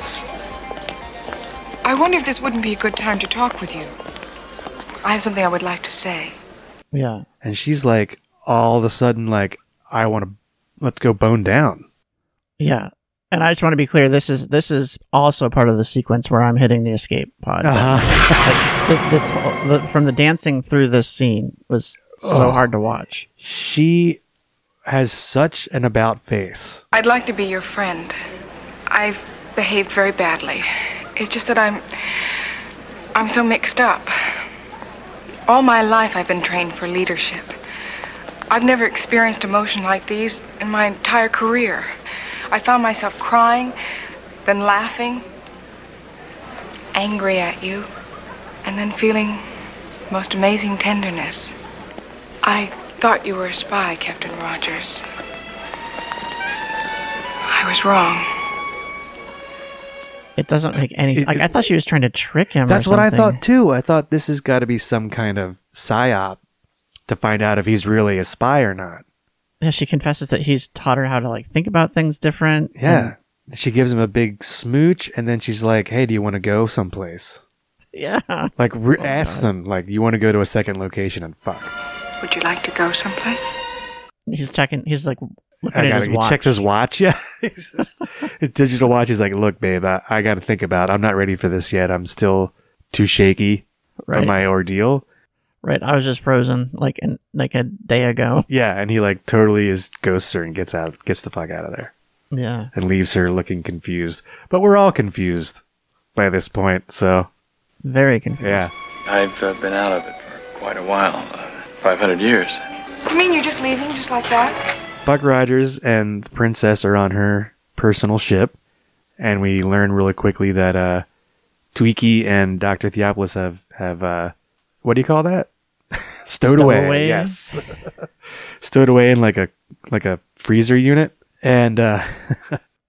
I wonder if this wouldn't be a good time to talk with you. I have something I would like to say. Yeah. And she's like, all of a sudden, like, I want to let's go bone down. Yeah. And I just want to be clear. This is this is also part of the sequence where I'm hitting the escape pod. Uh-huh. Like, this this whole- the, from the dancing through this scene was so Ugh. hard to watch. She has such an about face. I'd like to be your friend. I've behaved very badly. It's just that I'm. I'm so mixed up. All my life I've been trained for leadership. I've never experienced emotion like these in my entire career. I found myself crying, then laughing, angry at you, and then feeling most amazing tenderness. I thought you were a spy, Captain Rogers. I was wrong. It doesn't make any. It- like, I thought she was trying to trick him. or That's what I something. thought too. I thought this has got to be some kind of psyop to find out if he's really a spy or not. Yeah, she confesses that he's taught her how to like think about things different. Yeah. She gives him a big smooch and then she's like, "Hey, do you want to go someplace?" Yeah. Like re- Oh, ask them like, "You want to go to a second location and fuck." Would you like to go someplace? He's checking. He's like looking I at gotta- his he watch. checks his watch. Yeah. He's just- his digital watch is like, "Look, babe, I, I got to think about. It. I'm not ready for this yet. I'm still too shaky Right. for my ordeal." right. I was just frozen like an, like a day ago. Yeah, and he like totally is ghosts her and gets out, gets the fuck out of there, Yeah. and leaves her looking confused. But we're all confused by this point, so Very confused. yeah. I've uh, been out of it for quite a while uh, 500 years. You mean you're just leaving just like that? Buck Rogers and the princess are on her personal ship, and we learn really quickly that uh, Tweaky and Doctor Theopolis have have uh, what do you call that? Stowed away. Stowaway? Yes, stowed away in like a like a freezer unit, and uh,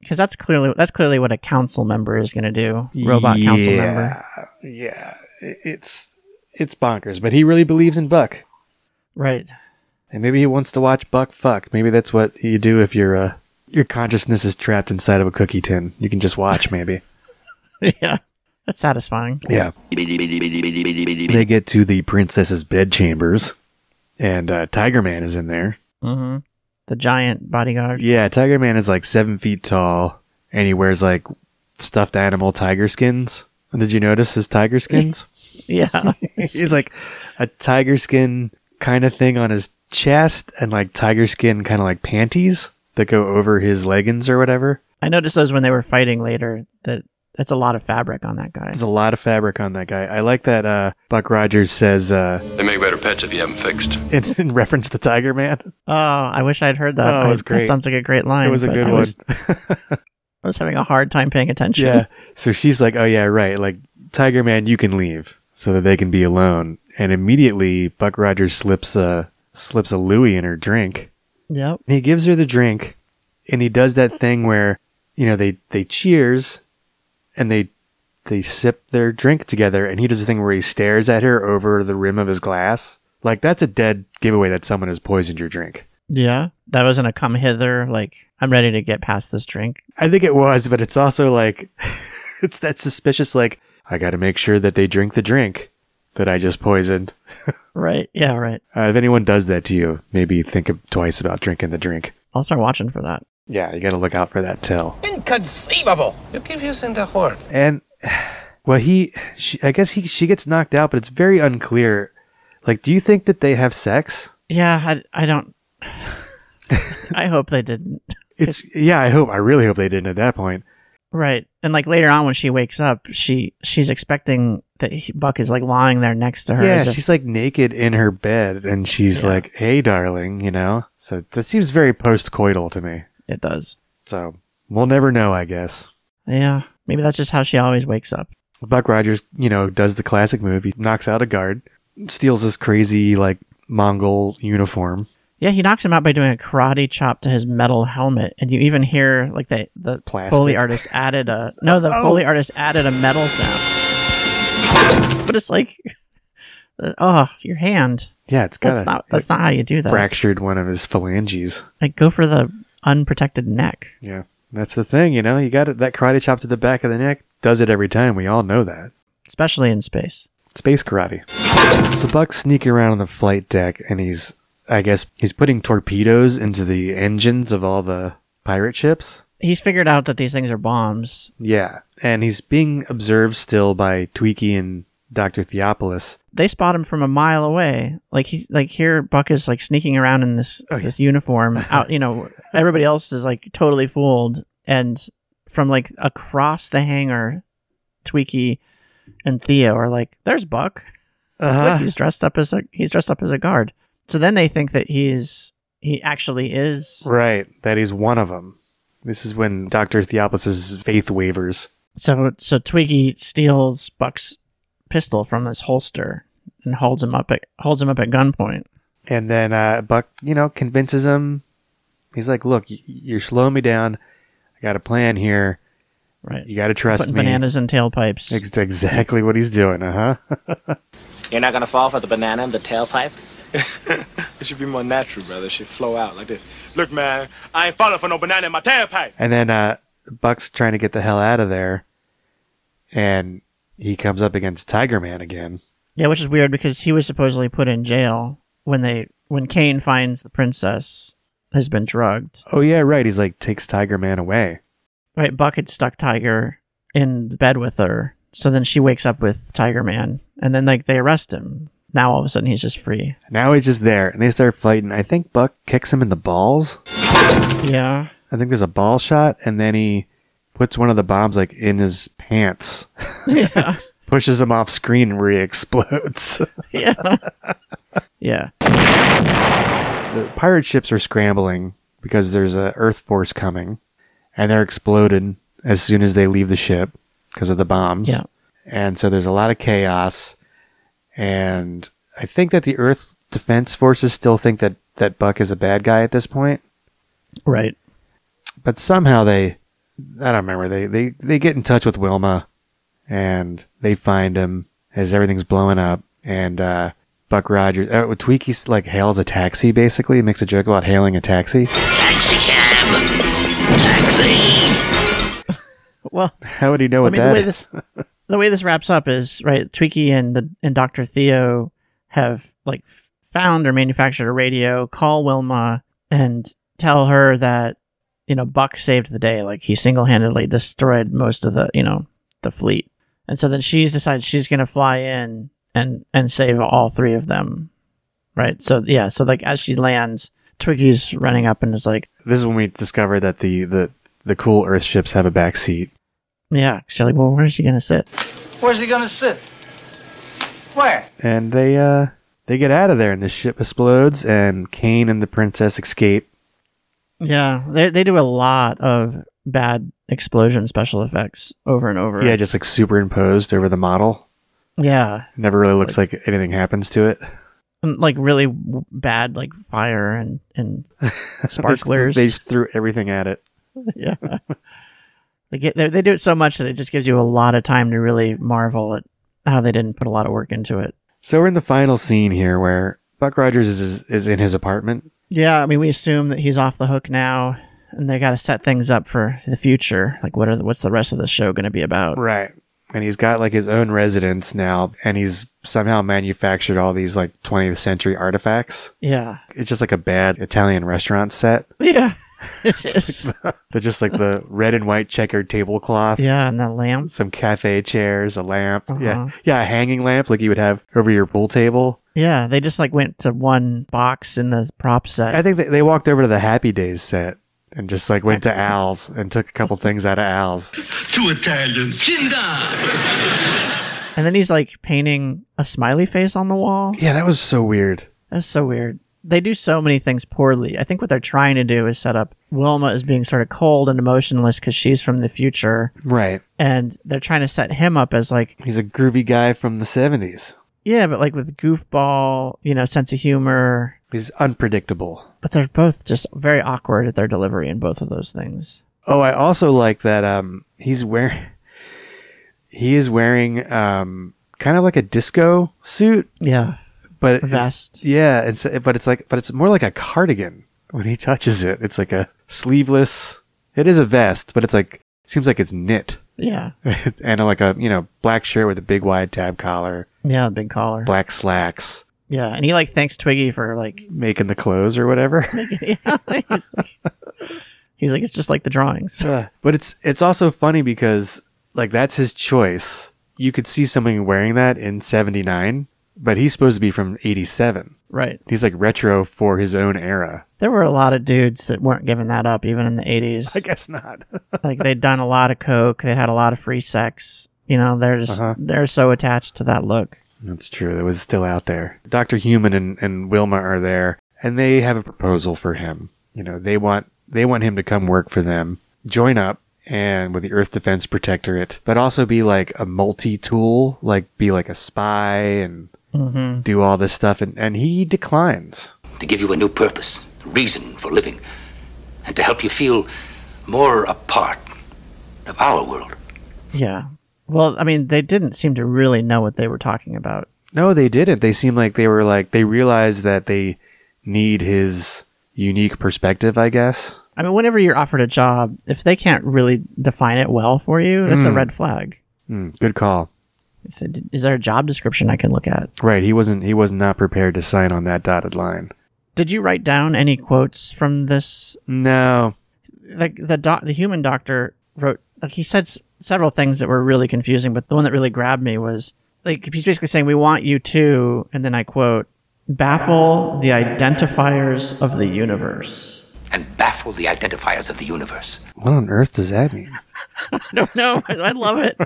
Because that's clearly that's clearly what a council member is going to do. Robot council member. Yeah, yeah. I- It's it's bonkers, but he really believes in Buck, Right. and maybe he wants to watch Buck fuck. Maybe that's what you do if your uh, your consciousness is trapped inside of a cookie tin. You can just watch, maybe. yeah. That's satisfying. yeah. They get to the princess's bedchambers, and uh, Tiger Man is in there. hmm The giant bodyguard. Yeah, Tiger Man is like seven feet tall, and he wears like stuffed animal tiger skins. Did you notice his tiger skins? Yeah. He's like a tiger skin kind of thing on his chest and like tiger skin kind of like panties that go over his leggings or whatever. I noticed those when they were fighting later that that's a lot of fabric on that guy. There's a lot of fabric on that guy. I like that uh, Buck Rogers says uh, They make better pets if you have them fixed. in, in reference to Tiger Man. Oh, I wish I'd heard that. Oh, it I- was great. That sounds like a great line. It was a but good I one. was- I was having a hard time paying attention. Yeah. So she's like, "Oh yeah, right. Like Tiger Man, you can leave so that they can be alone." And immediately, Buck Rogers slips a slips a Louis in her drink. Yep. And he gives her the drink, and he does that thing where you know they they cheers, and they they sip their drink together, and he does the thing where he stares at her over the rim of his glass. Like that's a dead giveaway that someone has poisoned your drink. Yeah. That wasn't a come hither. Like, I'm ready to get past this drink. I think it was, but it's also like it's that suspicious like I got to make sure that they drink the drink that I just poisoned. Right. Yeah, right. Uh, if anyone does that to you, maybe think of- twice about drinking the drink. I'll start watching for that. Yeah, you got to look out for that tell. Inconceivable! You keep using the word. And well, he, she, I guess he, she gets knocked out, but it's very unclear. Like, do you think that they have sex? Yeah, I, I don't. I hope they didn't. It's yeah. I hope. I really hope they didn't at that point. Right. And like later on when she wakes up, she she's expecting that he, Buck is like lying there next to her. yeah, as if- she's like naked in her bed, and she's like, "Hey, darling," you know. So that seems very post-coital to me. It does. So we'll never know, I guess. yeah. Maybe that's just how she always wakes up. Buck Rogers, you know, does the classic move. He knocks out a guard, steals his crazy like Mongol uniform. Yeah, he knocks him out by doing a karate chop to his metal helmet, and you even hear like the the Plastic. foley artist added a no, the Oh. foley artist added a metal sound. But it's like, uh, oh, your hand. Yeah, it's got that's a- not that's not how you do that. Fractured one of his phalanges. Like go for the unprotected neck. Yeah, that's the thing. You know, you got it. That karate chop to the back of the neck does it every time. We all know that. Especially in space. Space karate. So Buck's sneaking around on the flight deck, and he's, I guess, he's putting torpedoes into the engines of all the pirate ships. He's figured out that these things are bombs. Yeah, and he's being observed still by Tweaky and Doctor Theopolis. They spot him from a mile away. Like he's like here, Buck is like sneaking around in this this uniform. Out, you know, everybody else is like totally fooled, and from like across the hangar, Tweaky and Theo are like, "There's Buck. Uh-huh. Look, he's dressed up as a he's dressed up as a guard." So then they think that he's he actually is. Right, that he's one of them. This is when Doctor Theopolis's faith wavers. So so Twiggy steals Buck's pistol from his holster and holds him up at holds him up at gunpoint. And then uh, Buck, you know, convinces him. He's like, "Look, y- you're slowing me down. I got a plan here. Right. You got to trust Putting me." bananas in tailpipes. Ex- exactly what he's doing, uh huh. You're not gonna fall for the banana in the tailpipe? It should be more natural, brother. It should flow out like this. Look, man, I ain't falling for no banana in my tailpipe. and then uh, Buck's trying to get the hell out of there, and he comes up against Tiger Man again. Yeah, which is weird because he was supposedly put in jail when they when Kane finds the princess has been drugged. Oh yeah, right. He's like takes Tiger Man away. Right, Buck had stuck Tiger in bed with her. So then she wakes up with Tiger Man and then like they arrest him. Now all of a sudden he's just free. Now he's just there, and they start fighting. I think Buck kicks him in the balls. Yeah. I think there's a ball shot, and then he puts one of the bombs like in his pants. Yeah. Pushes him off screen where he explodes. yeah. Yeah. The pirate ships are scrambling because there's a Earth force coming, and they're exploded as soon as they leave the ship because of the bombs. Yeah. And so there's a lot of chaos, and I think that the Earth defense forces still think that that Buck is a bad guy at this point. Right. but somehow they I don't remember they they they get in touch with Wilma and they find him as everything's blowing up and uh Buck Rogers uh, Tweaky like hails a taxi basically makes a joke about hailing a taxi Taxi cab. Taxi. Well, how would he know I what mean, that the way is? this the way this wraps up is right. Tweaky and the, and Doctor Theo have like f- found or manufactured a radio. Call Wilma and tell her that you know Buck saved the day. Like he single handedly destroyed most of the you know the fleet. And so then she's decides she's gonna fly in and and save all three of them. Right. So yeah. So like as she lands, Twiggy's running up and is like, This is when we discover that the the the cool Earth ships have a backseat Yeah, silly. Well, where's he gonna sit? Where's he gonna sit? Where? and they uh they get out of there and the ship explodes and Kane and the princess escape. Yeah, they they do a lot of bad explosion special effects over and over. Yeah, just like superimposed over the model. yeah, Never really looks like, anything happens to it. and, like really w- bad like fire and and sparklers. they just threw everything at it. yeah. They, get, they, they do it so much that it just gives you a lot of time to really marvel at how they didn't put a lot of work into it. So we're in the final scene here where Buck Rogers is is in his apartment. Yeah, I mean, we assume that he's off the hook now, and they got to set things up for the future. Like, what are the, what's the rest of the show going to be about? Right. And he's got like his own residence now and he's somehow manufactured all these like 20th century artifacts. Yeah. It's just like a bad Italian restaurant set. Yeah. They're just like the red and white checkered tablecloth. yeah, and the lamp. Some cafe chairs, a lamp. Yeah. Uh-huh. Yeah, a hanging lamp like you would have over your pool table. Yeah, they just like went to one box in the prop set. I think they, they walked over to the Happy Days set and just like went to Al's and took a couple things out of Al's. Two Italians. Chin and then he's like painting a smiley face on the wall. Yeah, that was so weird. That's so weird. They do so many things poorly. I think what they're trying to do is set up Wilma as being sort of cold and emotionless because she's from the future. Right. And they're trying to set him up as like, He's a groovy guy from the 70s. yeah, but like with goofball, you know, sense of humor. He's unpredictable. But they're both just very awkward at their delivery in both of those things. Oh, I also like that um he's wearing he is wearing um kind of like a disco suit. Yeah. But it's- Vest. Yeah, it's but it's like but it's more like a cardigan when he touches it. It's like a sleeveless. It is a vest, but it's like seems like it's knit. Yeah. and like a, you know, black shirt with a big wide tab collar, Yeah, big collar. black slacks, Yeah. And he like thanks Twiggy for like, making the clothes or whatever. yeah, he's like, he's like, it's just like the drawings. Uh, but it's it's also funny because like that's his choice. You could see someone wearing that in '79, but he's supposed to be from '87. Right. He's like retro for his own era. There were a lot of dudes that weren't giving that up, even in the 80s. I guess not. like they'd done a lot of coke, they had a lot of free sex. You know, they're just Uh-huh. they're so attached to that look. That's true. That was still out there. Doctor Human and, and Wilma are there, and they have a proposal for him. You know, they want they want him to come work for them, join up, and with the Earth Defense Protectorate, but also be like a multi tool, like be like a spy and Mhm. do all this stuff. And and he declines. to give you a new purpose, a reason for living, and to help you feel more a part of our world. Yeah. Well, I mean, they didn't seem to really know what they were talking about. No, they didn't. They seem like they were like they realized that they need his unique perspective. I guess. I mean, whenever you're offered a job, if they can't really define it well for you, that's a Mm. red flag. Hmm, good call. You said, "D- Is there a job description I can look at? Right. He wasn't. He was not prepared to sign on that dotted line. Did you write down any quotes from this? No. Like the doc, the human doctor wrote, like he said s- several things that were really confusing, but the one that really grabbed me was like he's basically saying we want you to, and then I quote, baffle the identifiers of the universe. and baffle the identifiers of the universe. What on earth does that mean? I don't know. I I love it.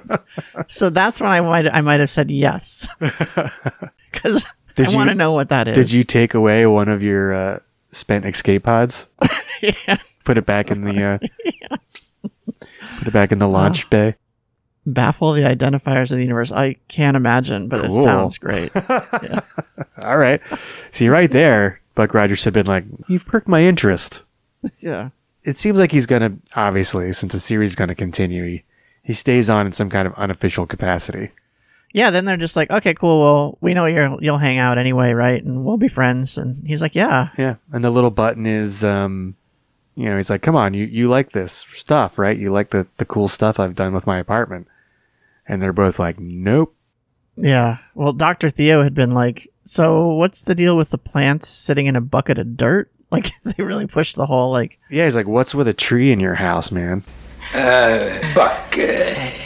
so that's when I might I might have said yes because I want to know what that is. Did you take away one of your uh, spent escape pods? Yeah. Put it back in the. Uh, Put it back in the launch bay. baffle the identifiers of the universe? I can't imagine, but Cool. it sounds great. All right. See, right there, Buck Rogers had been like, "You've perked my interest." yeah. It seems like he's gonna obviously, since the series is gonna continue, he, he stays on in some kind of unofficial capacity. Yeah, then they're just like, okay, cool. Well, we know you're, you'll hang out anyway, right? And we'll be friends. And he's like, yeah, Yeah, and the little button is, um, you know, he's like, "Come on, you you like this stuff, right? You like the the cool stuff I've done with my apartment," and they're both like, "Nope." yeah. Well, Dr. Theo had been like, so what's the deal with the plants sitting in a bucket of dirt? Like, they really pushed the whole, like, Yeah, he's like, "What's with a tree in your house, man?" Uh, Buck, uh,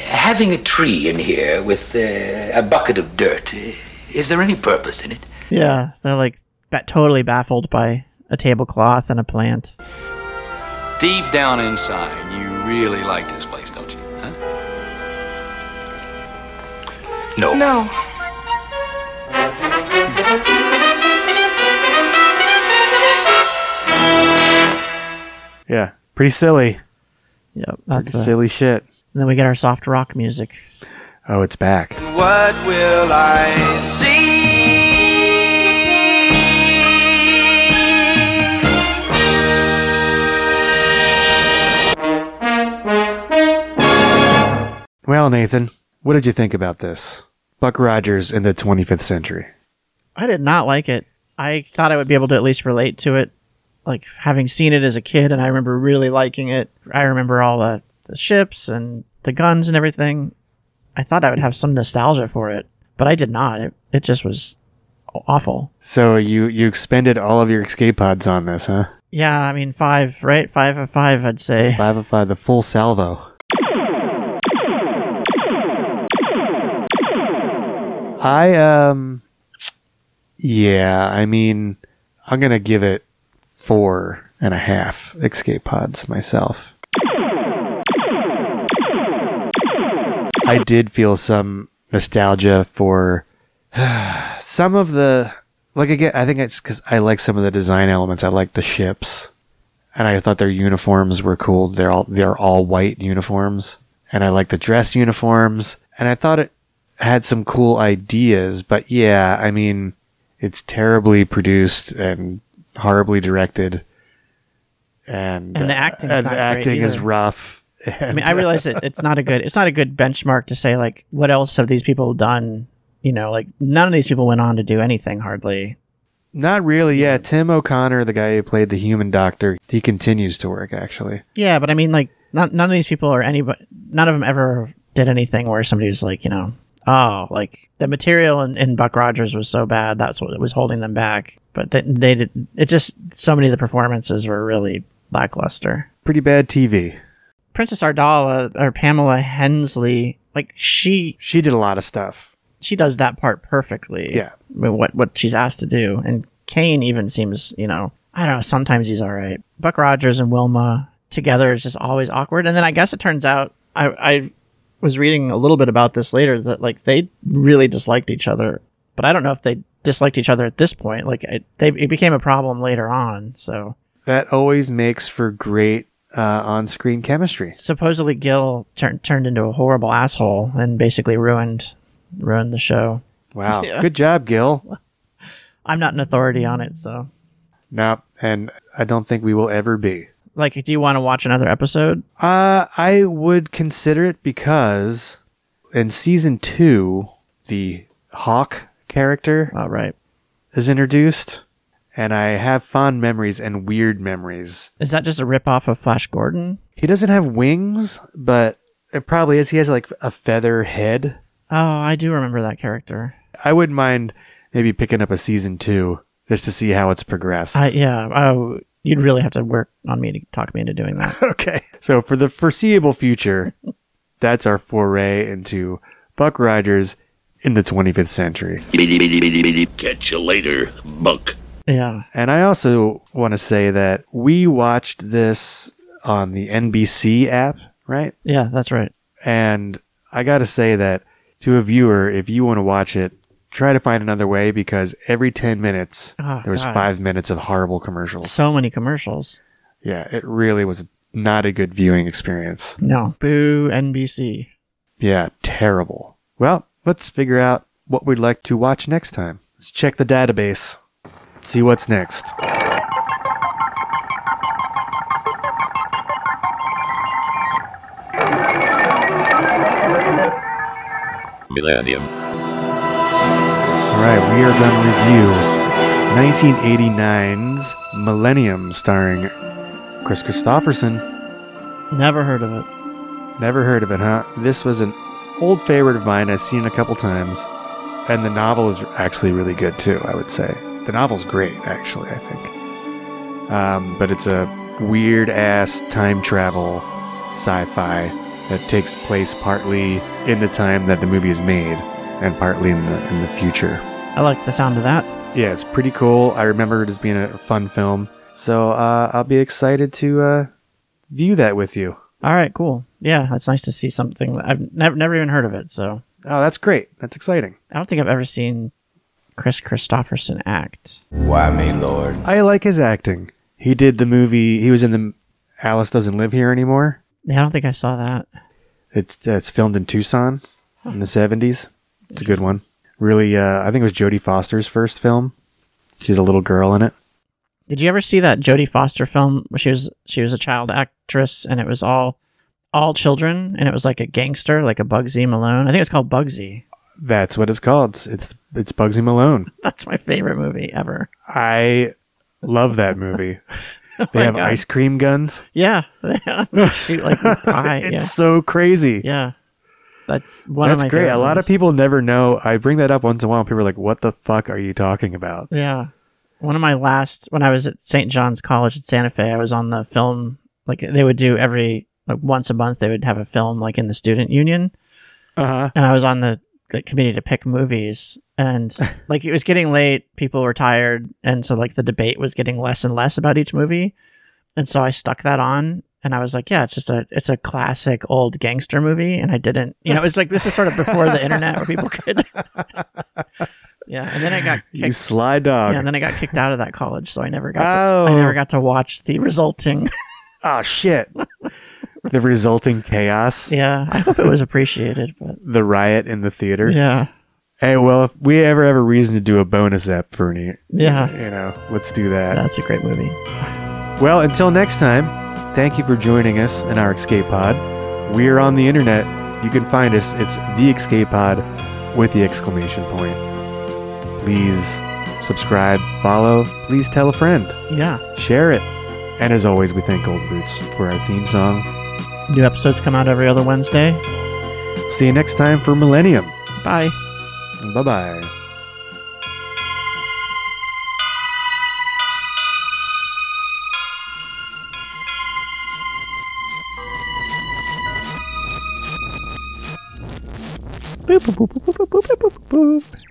having a tree in here with uh, a bucket of dirt, uh, is there any purpose in it? yeah, they're like ba- totally baffled by a tablecloth and a plant. Deep down inside, you really like this place, don't you? Huh? No. No. Yeah, pretty silly. Yep, that's pretty the- silly shit. And then we get our soft rock music. Oh, it's back. What will I see? Well, Nathan, what did you think about this? Buck Rogers in the 25th century. I did not like it. I thought I would be able to at least relate to it, like having seen it as a kid, and I remember really liking it. I remember all the, the ships and the guns and everything. I thought I would have some nostalgia for it, but I did not. It, it just was awful. So you you expended all of your escape pods on this, huh? Yeah, I mean, five, right? Five of five, I'd say. Five of five, the full salvo. I um, yeah. I mean, I'm gonna give it four and a half escape pods myself. I did feel some nostalgia for some of the like again. I think it's because I like some of the design elements. I like the ships, and I thought their uniforms were cool. They're all they're all white uniforms, and I like the dress uniforms. And I thought it had some cool ideas, but yeah, I mean, it's terribly produced and horribly directed, and And the uh, acting's and not the great acting is either. rough. uh, I mean, I realize it, it's not a good it's not a good benchmark to say like what else have these people done. You know, like none of these people went on to do anything hardly. Not really, yeah. Tim O'Connor, the guy who played the human doctor, he continues to work actually. Yeah, but I mean, like not, none of these people or anybody, none of them ever did anything where somebody was like, you know, oh, like the material in, in Buck Rogers was so bad that's what was holding them back. But they, they did it. Just so many of the performances were really lackluster. Pretty bad TV. Princess Ardala or Pamela Hensley, like she she did a lot of stuff. She does that part perfectly. Yeah. I mean, what what she's asked to do, and Kane even seems, you know, I don't know. Sometimes he's all right. Buck Rogers and Wilma together is just always awkward. And then I guess it turns out I I was reading a little bit about this later that like they really disliked each other, but I don't know if they disliked each other at this point. Like it, they it became a problem later on. So That always makes for great uh, on-screen chemistry. supposedly Gil turned turned into a horrible asshole and basically ruined ruined the show. Wow, Yeah. good job, Gil. I'm not an authority on it, so Nope, and I don't think we will ever be. like, do you want to watch another episode? Uh, I would consider it because in season two, the Hawk character oh, right. is introduced, and I have fond memories and weird memories. Is that just a ripoff of Flash Gordon? He doesn't have wings, but it probably is. He has like a feather head. Oh, I do remember that character. I wouldn't mind maybe picking up a season two just to see how it's progressed. I yeah. Oh, you'd really have to work on me to talk me into doing that. okay. So for the foreseeable future, that's our foray into Buck Rogers in the 25th century. Catch you later, Buck. Yeah. And I also want to say that we watched this on the NBC app, right? Yeah, that's right. And I got to say that to a viewer, if you want to watch it, try to find another way because every 10 minutes, Oh, there was God. five minutes of horrible commercials. So many commercials. Yeah, it really was not a good viewing experience. No. Boo NBC. Yeah, terrible. Well, let's figure out what we'd like to watch next time. Let's check the database, see what's next. Millennium. All right, we are going to review 1989's Millennium, starring Chris Christopherson. Never heard of it. Never heard of it, huh? This was an old favorite of mine. I've seen it a couple times. And the novel is actually really good, too, I would say. The novel's great, actually, I think. Um, but it's a weird ass time travel sci fi that takes place partly in the time that the movie is made and partly in the, in the future. I like the sound of that. Yeah, it's pretty cool. I remember it as being a fun film. So uh, I'll be excited to uh, view that with you. All right, cool. Yeah, it's nice to see something. I've never never even heard of it. So Oh, that's great. That's exciting. I don't think I've ever seen Chris Christopherson act. Why me, Lord? I like his acting. He did the movie. He was in the Alice Doesn't Live Here Anymore. Yeah, I don't think I saw that. It's uh, it's filmed in Tucson in the seventies. It's a good one. Really, uh, I think it was Jodie Foster's first film. She's a little girl in it. Did you ever see that Jodie Foster film where she was she was a child actress and it was all all children and it was like a gangster, like a Bugsy Malone. I think it's called Bugsy. That's what it's called. It's it's, it's Bugsy Malone. That's my favorite movie ever. I love that movie. they have Oh God. ice cream guns. Yeah, they shoot like with pie. it's yeah. so crazy. yeah, that's one That's of my great. favorite A lot movies. of people never know. I bring that up once in a while. and People are like, "What the fuck are you talking about?" Yeah. One of my last when I was at St. John's College in Santa Fe, I was on the film like they would do every like once a month they would have a film like in the student union. Uh-huh. And I was on the, the committee to pick movies and like it was getting late, people were tired and so like the debate was getting less and less about each movie. And so I stuck that on and I was like, yeah, it's just a it's a classic old gangster movie and I didn't, you know, it was like this is sort of before the internet where people could Yeah, and then I got You sly dog. yeah, and then I got kicked out of that college, so I never got Oh. to, I never got to watch the resulting. oh shit. the resulting chaos. Ah, Yeah, I hope it was appreciated, but the riot in the theater. Yeah. Hey, well, if we ever have a reason to do a bonus app for any, Yeah. you know, let's do that. That's a great movie. Well, until next time, thank you for joining us in our escape pod. We're on the internet. You can find us. It's the escape pod with the exclamation point. Please subscribe, follow. Please tell a friend. Yeah. Share it. And as always, we thank Old Boots for our theme song. New episodes come out every other Wednesday. See you next time for Millennium. Bye. Bye bye. Boop, boop, boop, boop, boop, boop, boop, boop, boop.